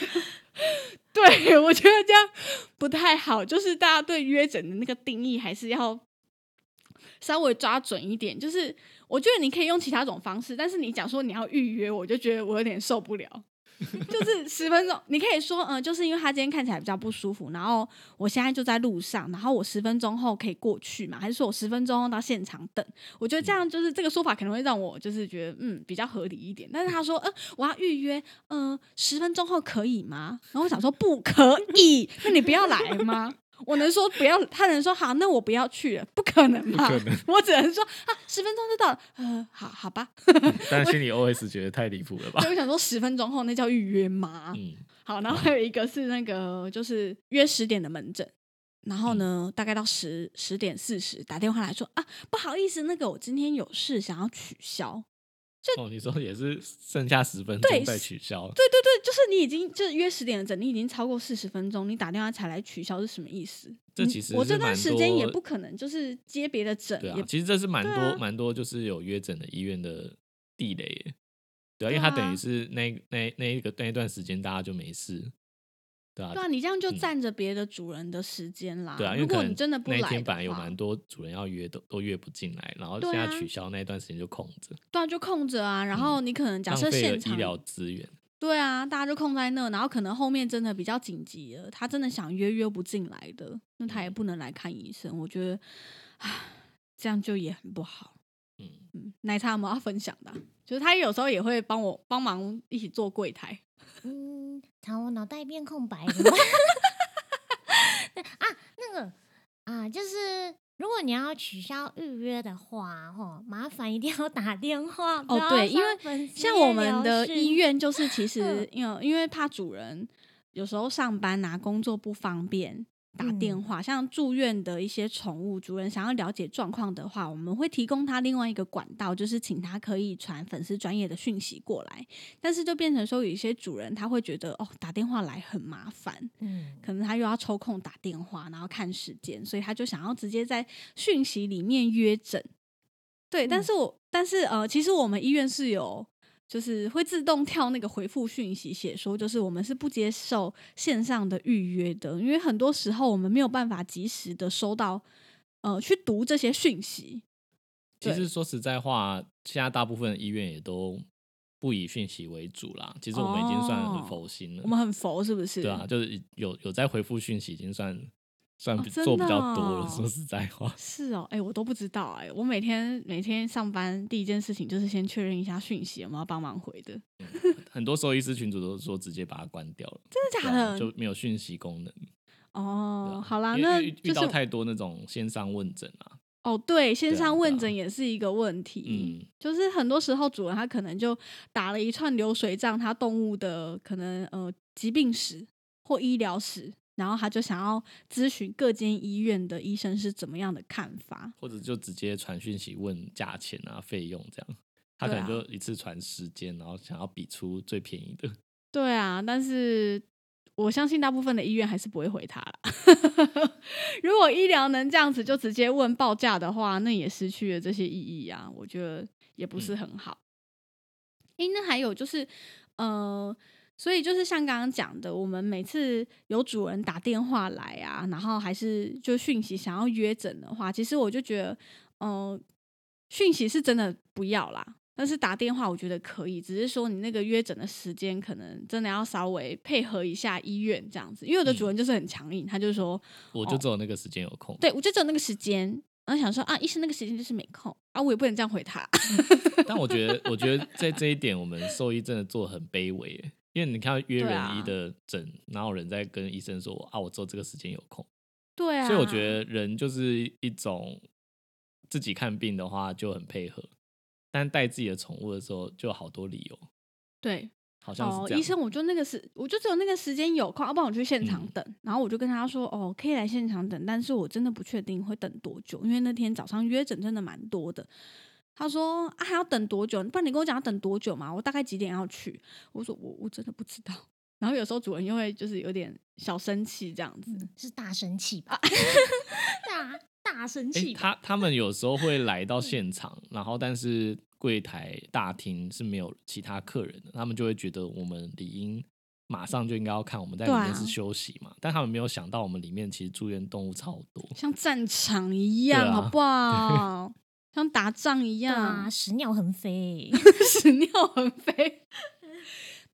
Speaker 3: 不是。对，我觉得这样不太好，就是大家对约诊的那个定义还是要稍微抓准一点。就是我觉得你可以用其他种方式，但是你讲说你要预约，我就觉得我有点受不了。就是十分钟，你可以说，嗯、就是因为他今天看起来比较不舒服，然后我现在就在路上，然后我十分钟后可以过去嘛？还是说我十分钟后到现场等？我觉得
Speaker 2: 嗯
Speaker 3: 这样就是这个说法可能会让我就是觉得，嗯，比较合理一点。但是
Speaker 2: [LAUGHS]
Speaker 3: 他说，呃，我要预约，嗯、十分钟后可以吗？然后我想说不可以，那你不要来吗？我能说不要，他能说好，那我不要去了，不可能嘛？
Speaker 2: 不可能
Speaker 3: 我只能说啊，十分钟就到了，呃，好好吧。 [LAUGHS]
Speaker 2: 但心里 OS 觉得太离谱了吧
Speaker 3: 所？以我想说，十分钟后那叫预约吗？
Speaker 2: 嗯，
Speaker 3: 好，然后还有一个是那个就是约十点的门诊，
Speaker 2: 嗯
Speaker 3: 然后呢，大概到十十点四十打电话来说啊，不好意思，那个我今天有事想要取消。
Speaker 2: [LAUGHS] 哦，你说也是剩下十分
Speaker 3: 对
Speaker 2: 钟再取消，
Speaker 3: 对对对，就是你已经就是约十点的诊，你已经超过四十分钟，你打电话才来取消是什么意思？
Speaker 2: 这
Speaker 3: 嗯
Speaker 2: 其实
Speaker 3: 我
Speaker 2: 是
Speaker 3: 这段
Speaker 2: 蛮
Speaker 3: 时间也
Speaker 2: 多
Speaker 3: 不可能就是接别的诊，
Speaker 2: 对啊
Speaker 3: 也，
Speaker 2: 其实这是蛮
Speaker 3: 对
Speaker 2: 多
Speaker 3: 啊
Speaker 2: 蛮、多，就是有约诊的医院的地雷耶，对啊，因为
Speaker 3: 对啊
Speaker 2: 他等于是那那那一个那一段时间大家就没事，对啊，
Speaker 3: 对啊，你这样就
Speaker 2: 嗯
Speaker 3: 占着别的主人的时间啦。
Speaker 2: 对啊，因为
Speaker 3: 如
Speaker 2: 可
Speaker 3: 果你
Speaker 2: 能
Speaker 3: 真的不
Speaker 2: 那
Speaker 3: 来
Speaker 2: 一
Speaker 3: 的话，
Speaker 2: 天本来有蛮多主人要约都都约不进来，然后
Speaker 3: 对
Speaker 2: 现在
Speaker 3: 啊
Speaker 2: 取消那一段时间就空着，
Speaker 3: 对啊，就空着啊。然后你可能假
Speaker 2: 嗯浪
Speaker 3: 设
Speaker 2: 费了
Speaker 3: 现
Speaker 2: 医
Speaker 3: 场
Speaker 2: 疗资源，
Speaker 3: 对啊，大家就空在那，然后可能后面真的比较紧急了，他真的想约约不进来的，那他也不能来看医生。我觉得，唉，这样就也很不好。
Speaker 2: 嗯，
Speaker 3: 嗯，奶茶有没有要分享的啊、就是他有时候也会帮我帮忙一起做柜台，
Speaker 1: 嗯，然后我脑袋一片空白。 [LAUGHS] 怎么办啊，那个啊，就是如果你要取消预约的话，吼，麻烦一定要打电话。不要
Speaker 3: 对因
Speaker 1: 上
Speaker 3: 为
Speaker 1: 粉丝
Speaker 3: 像我
Speaker 1: 页
Speaker 3: 们
Speaker 1: 留
Speaker 3: 的
Speaker 1: 讯
Speaker 3: 医院，就是其实
Speaker 1: [LAUGHS] 嗯
Speaker 3: 因为因为怕主人有时候上班啊，工作不方便。打电
Speaker 1: 嗯
Speaker 3: 话，像住院的一些宠物主人想要了解状况的话，我们会提供他另外一个管道，就是请他可以传粉丝专业的讯息过来。但是就变成说，有一些主人他会觉得哦，打电话来很麻烦，
Speaker 1: 嗯，
Speaker 3: 可能他又要抽空打电话，然后看时间，所以他就想要直接在讯息里面约诊。对，但
Speaker 1: 嗯
Speaker 3: 是我、但是呃，其实我们医院是有，就是会自动跳那个回复讯息，写说就是我们是不接受线上的预约的，因为很多时候我们没有办法及时的收到，呃，去读这些讯息。
Speaker 2: 其
Speaker 3: 对
Speaker 2: 实说实在话，现在大部分的医院也都不以讯息为主啦，其实我们已经算很
Speaker 3: 哦
Speaker 2: 佛心了，
Speaker 3: 我们很佛是不是？
Speaker 2: 嗯对啊，就是有有在回复讯息，已经算算
Speaker 3: 哦
Speaker 2: 比
Speaker 3: 真
Speaker 2: 做比
Speaker 3: 的
Speaker 2: 较多了。
Speaker 3: 哦
Speaker 2: 说实在
Speaker 3: [LAUGHS]
Speaker 2: 话，
Speaker 3: 是哦，哎、我都不知道哎、我每天每天上班第一件事情就是先确认一下讯息有没有帮忙回的，
Speaker 2: 很多兽医师群主都说直接把它关掉了，
Speaker 3: 真的
Speaker 2: 对
Speaker 3: 假
Speaker 2: 啊
Speaker 3: 的？
Speaker 2: 就没有讯息功能。对啊
Speaker 3: 哦，好啦，
Speaker 2: 因为
Speaker 3: 那
Speaker 2: 遇
Speaker 3: 就
Speaker 2: 遇到
Speaker 3: 是
Speaker 2: 太多那种线上问诊啊，
Speaker 3: 哦，对，
Speaker 2: 对
Speaker 3: 线
Speaker 2: 啊
Speaker 3: 上
Speaker 2: 对
Speaker 3: 问
Speaker 2: 啊
Speaker 3: 诊也是一个问题。
Speaker 2: 嗯，
Speaker 3: 就是很多时候主人他可能就打了一串流水账，他动物的可能呃疾病史或医疗史，然后他就想要咨询各间医院的医生是怎么样的看法。
Speaker 2: 或者就直接传讯息问价钱啊、费用这样。他可
Speaker 3: 对
Speaker 2: 能就
Speaker 3: 啊
Speaker 2: 一次传时间，然后想要比出最便宜的。
Speaker 3: 对啊，但是我相信大部分的医院还是不会回他啦。 [LAUGHS] 如果医疗能这样子就直接问报价的话，那也失去了这些意义啊，我觉得也不是很好。诶，那还有就是，呃。所以就是像刚刚讲的，我们每次有主人打电话来啊，然后还是就讯息想要约诊的话，其实我就觉得，呃，讯息是真的不要啦，但是打电话我觉得可以，只是说你那个约诊的时间可能真的要稍微配合一下医院这样子，因为有
Speaker 2: 嗯
Speaker 3: 的主人就是很强硬，他就说，
Speaker 2: 我就只有那个时间有空。
Speaker 3: 对我就只有那个时间，然后想说啊，医生那个时间就是没空啊，我也不能这样回他，
Speaker 2: 嗯但我觉得，我觉得在这一点，我们兽医真的做得很卑微耶，因为你看约
Speaker 3: 对
Speaker 2: 人
Speaker 3: 啊
Speaker 2: 医的诊，哪有人在跟医生说啊，我只有这个时间有空？
Speaker 3: [LAUGHS] 对啊，
Speaker 2: 所以我觉得人就是一种自己看病的话就很配合，但带自己的宠物的时候就有好多理由，
Speaker 3: 对，
Speaker 2: 好像
Speaker 3: 哦
Speaker 2: 是，这样。
Speaker 3: 医生，我就那个时，我就只有那个时间有空，要、啊不然我去现场
Speaker 2: 嗯
Speaker 3: 等。然后我就跟他说，哦，可以来现场等，但是我真的不确定会等多久，因为那天早上约诊真的蛮多的。他说啊，还要等多久？不然你跟我讲要等多久嘛？我大概几点要去？我说我我真的不知道。然后有时候主人又会就是有点小生气这样子，
Speaker 1: 嗯是大生气吧？ [LAUGHS] 大大生
Speaker 2: 诶
Speaker 1: 气吧？
Speaker 2: 他他们有时候会来
Speaker 3: 嗯
Speaker 2: 到现场，然后但是柜台大厅是没有其他客人的，他们就会觉得我们理应马上就应该要看我们在里
Speaker 3: 对
Speaker 2: 面
Speaker 3: 啊
Speaker 2: 是休息嘛，但他们没有想到我们里面其实住院动物超
Speaker 3: [LAUGHS]
Speaker 2: 多，
Speaker 3: 像战场一样，
Speaker 2: 啊
Speaker 3: 好不好？ [LAUGHS] 像打仗一
Speaker 1: 对
Speaker 3: 样，
Speaker 1: 啊，屎尿横飞欸、
Speaker 3: 屎尿横飞。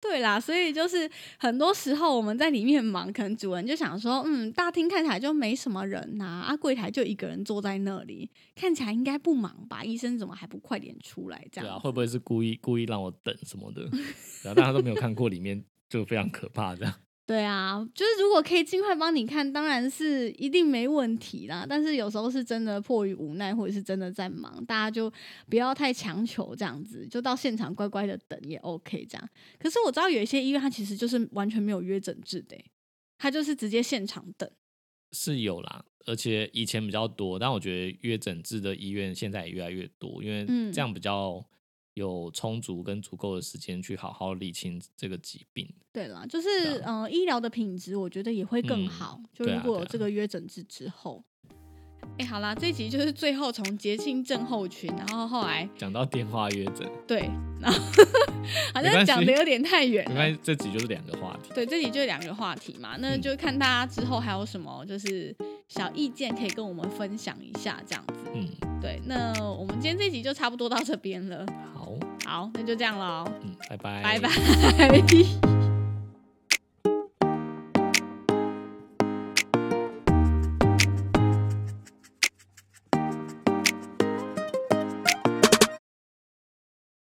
Speaker 3: 对啦，所以就是很多时候我们在里面忙，可能主人就想说，嗯，大厅看起来就没什么人呐、啊，柜台就一个人坐在那里，看起来应该不忙吧？医生怎么还不快点出来？这
Speaker 2: 对
Speaker 3: 样
Speaker 2: 啊，
Speaker 3: 子
Speaker 2: 会不会是故意故意让我等什么的？
Speaker 3: [LAUGHS]
Speaker 2: 然后大家都没有看过里面，就非常可怕这样。
Speaker 3: 对啊，就是如果可以尽快帮你看，当然是一定没问题啦。但是有时候是真的迫于无奈，或者是真的在忙，大家就不要太强求这样子，就到现场乖乖的等也 OK 这样。可是我知道有一些医院它其实就是完全没有约诊制的欸、它就是直接现场等。
Speaker 2: 是有啦，而且以前比较多，但我觉得约诊治的医院现在也越来越多，因为
Speaker 3: 嗯
Speaker 2: 这样比较有充足跟足够的时间去好好理清这个疾病。
Speaker 3: 对啦，就是
Speaker 2: 对
Speaker 3: 嗯、呃，医疗的品质我觉得也会更
Speaker 2: 嗯
Speaker 3: 好。就
Speaker 2: 对
Speaker 3: 如
Speaker 2: 啊
Speaker 3: 果
Speaker 2: 对
Speaker 3: 有
Speaker 2: 啊
Speaker 3: 这个约诊制之后，哎、好啦，这集就是最后从节庆症候群，然后后来
Speaker 2: 讲到电话约诊，
Speaker 3: 对， [LAUGHS] 然
Speaker 2: [LAUGHS]
Speaker 3: 后好
Speaker 2: 没关
Speaker 3: 像
Speaker 2: 系
Speaker 3: 讲的有点太远
Speaker 2: 没
Speaker 3: 了。
Speaker 2: 关系，这集就是两个话题。
Speaker 3: 对，这集就两个话题嘛，那
Speaker 2: 嗯
Speaker 3: 就看大家之后还有什么就是小意见可以跟我们分享一下，这样子。
Speaker 2: 嗯，
Speaker 3: 对，那我们今天这集就差不多到这边了。
Speaker 2: 好，
Speaker 3: 好，那就这样喽，
Speaker 2: 嗯，拜拜，
Speaker 3: 拜拜。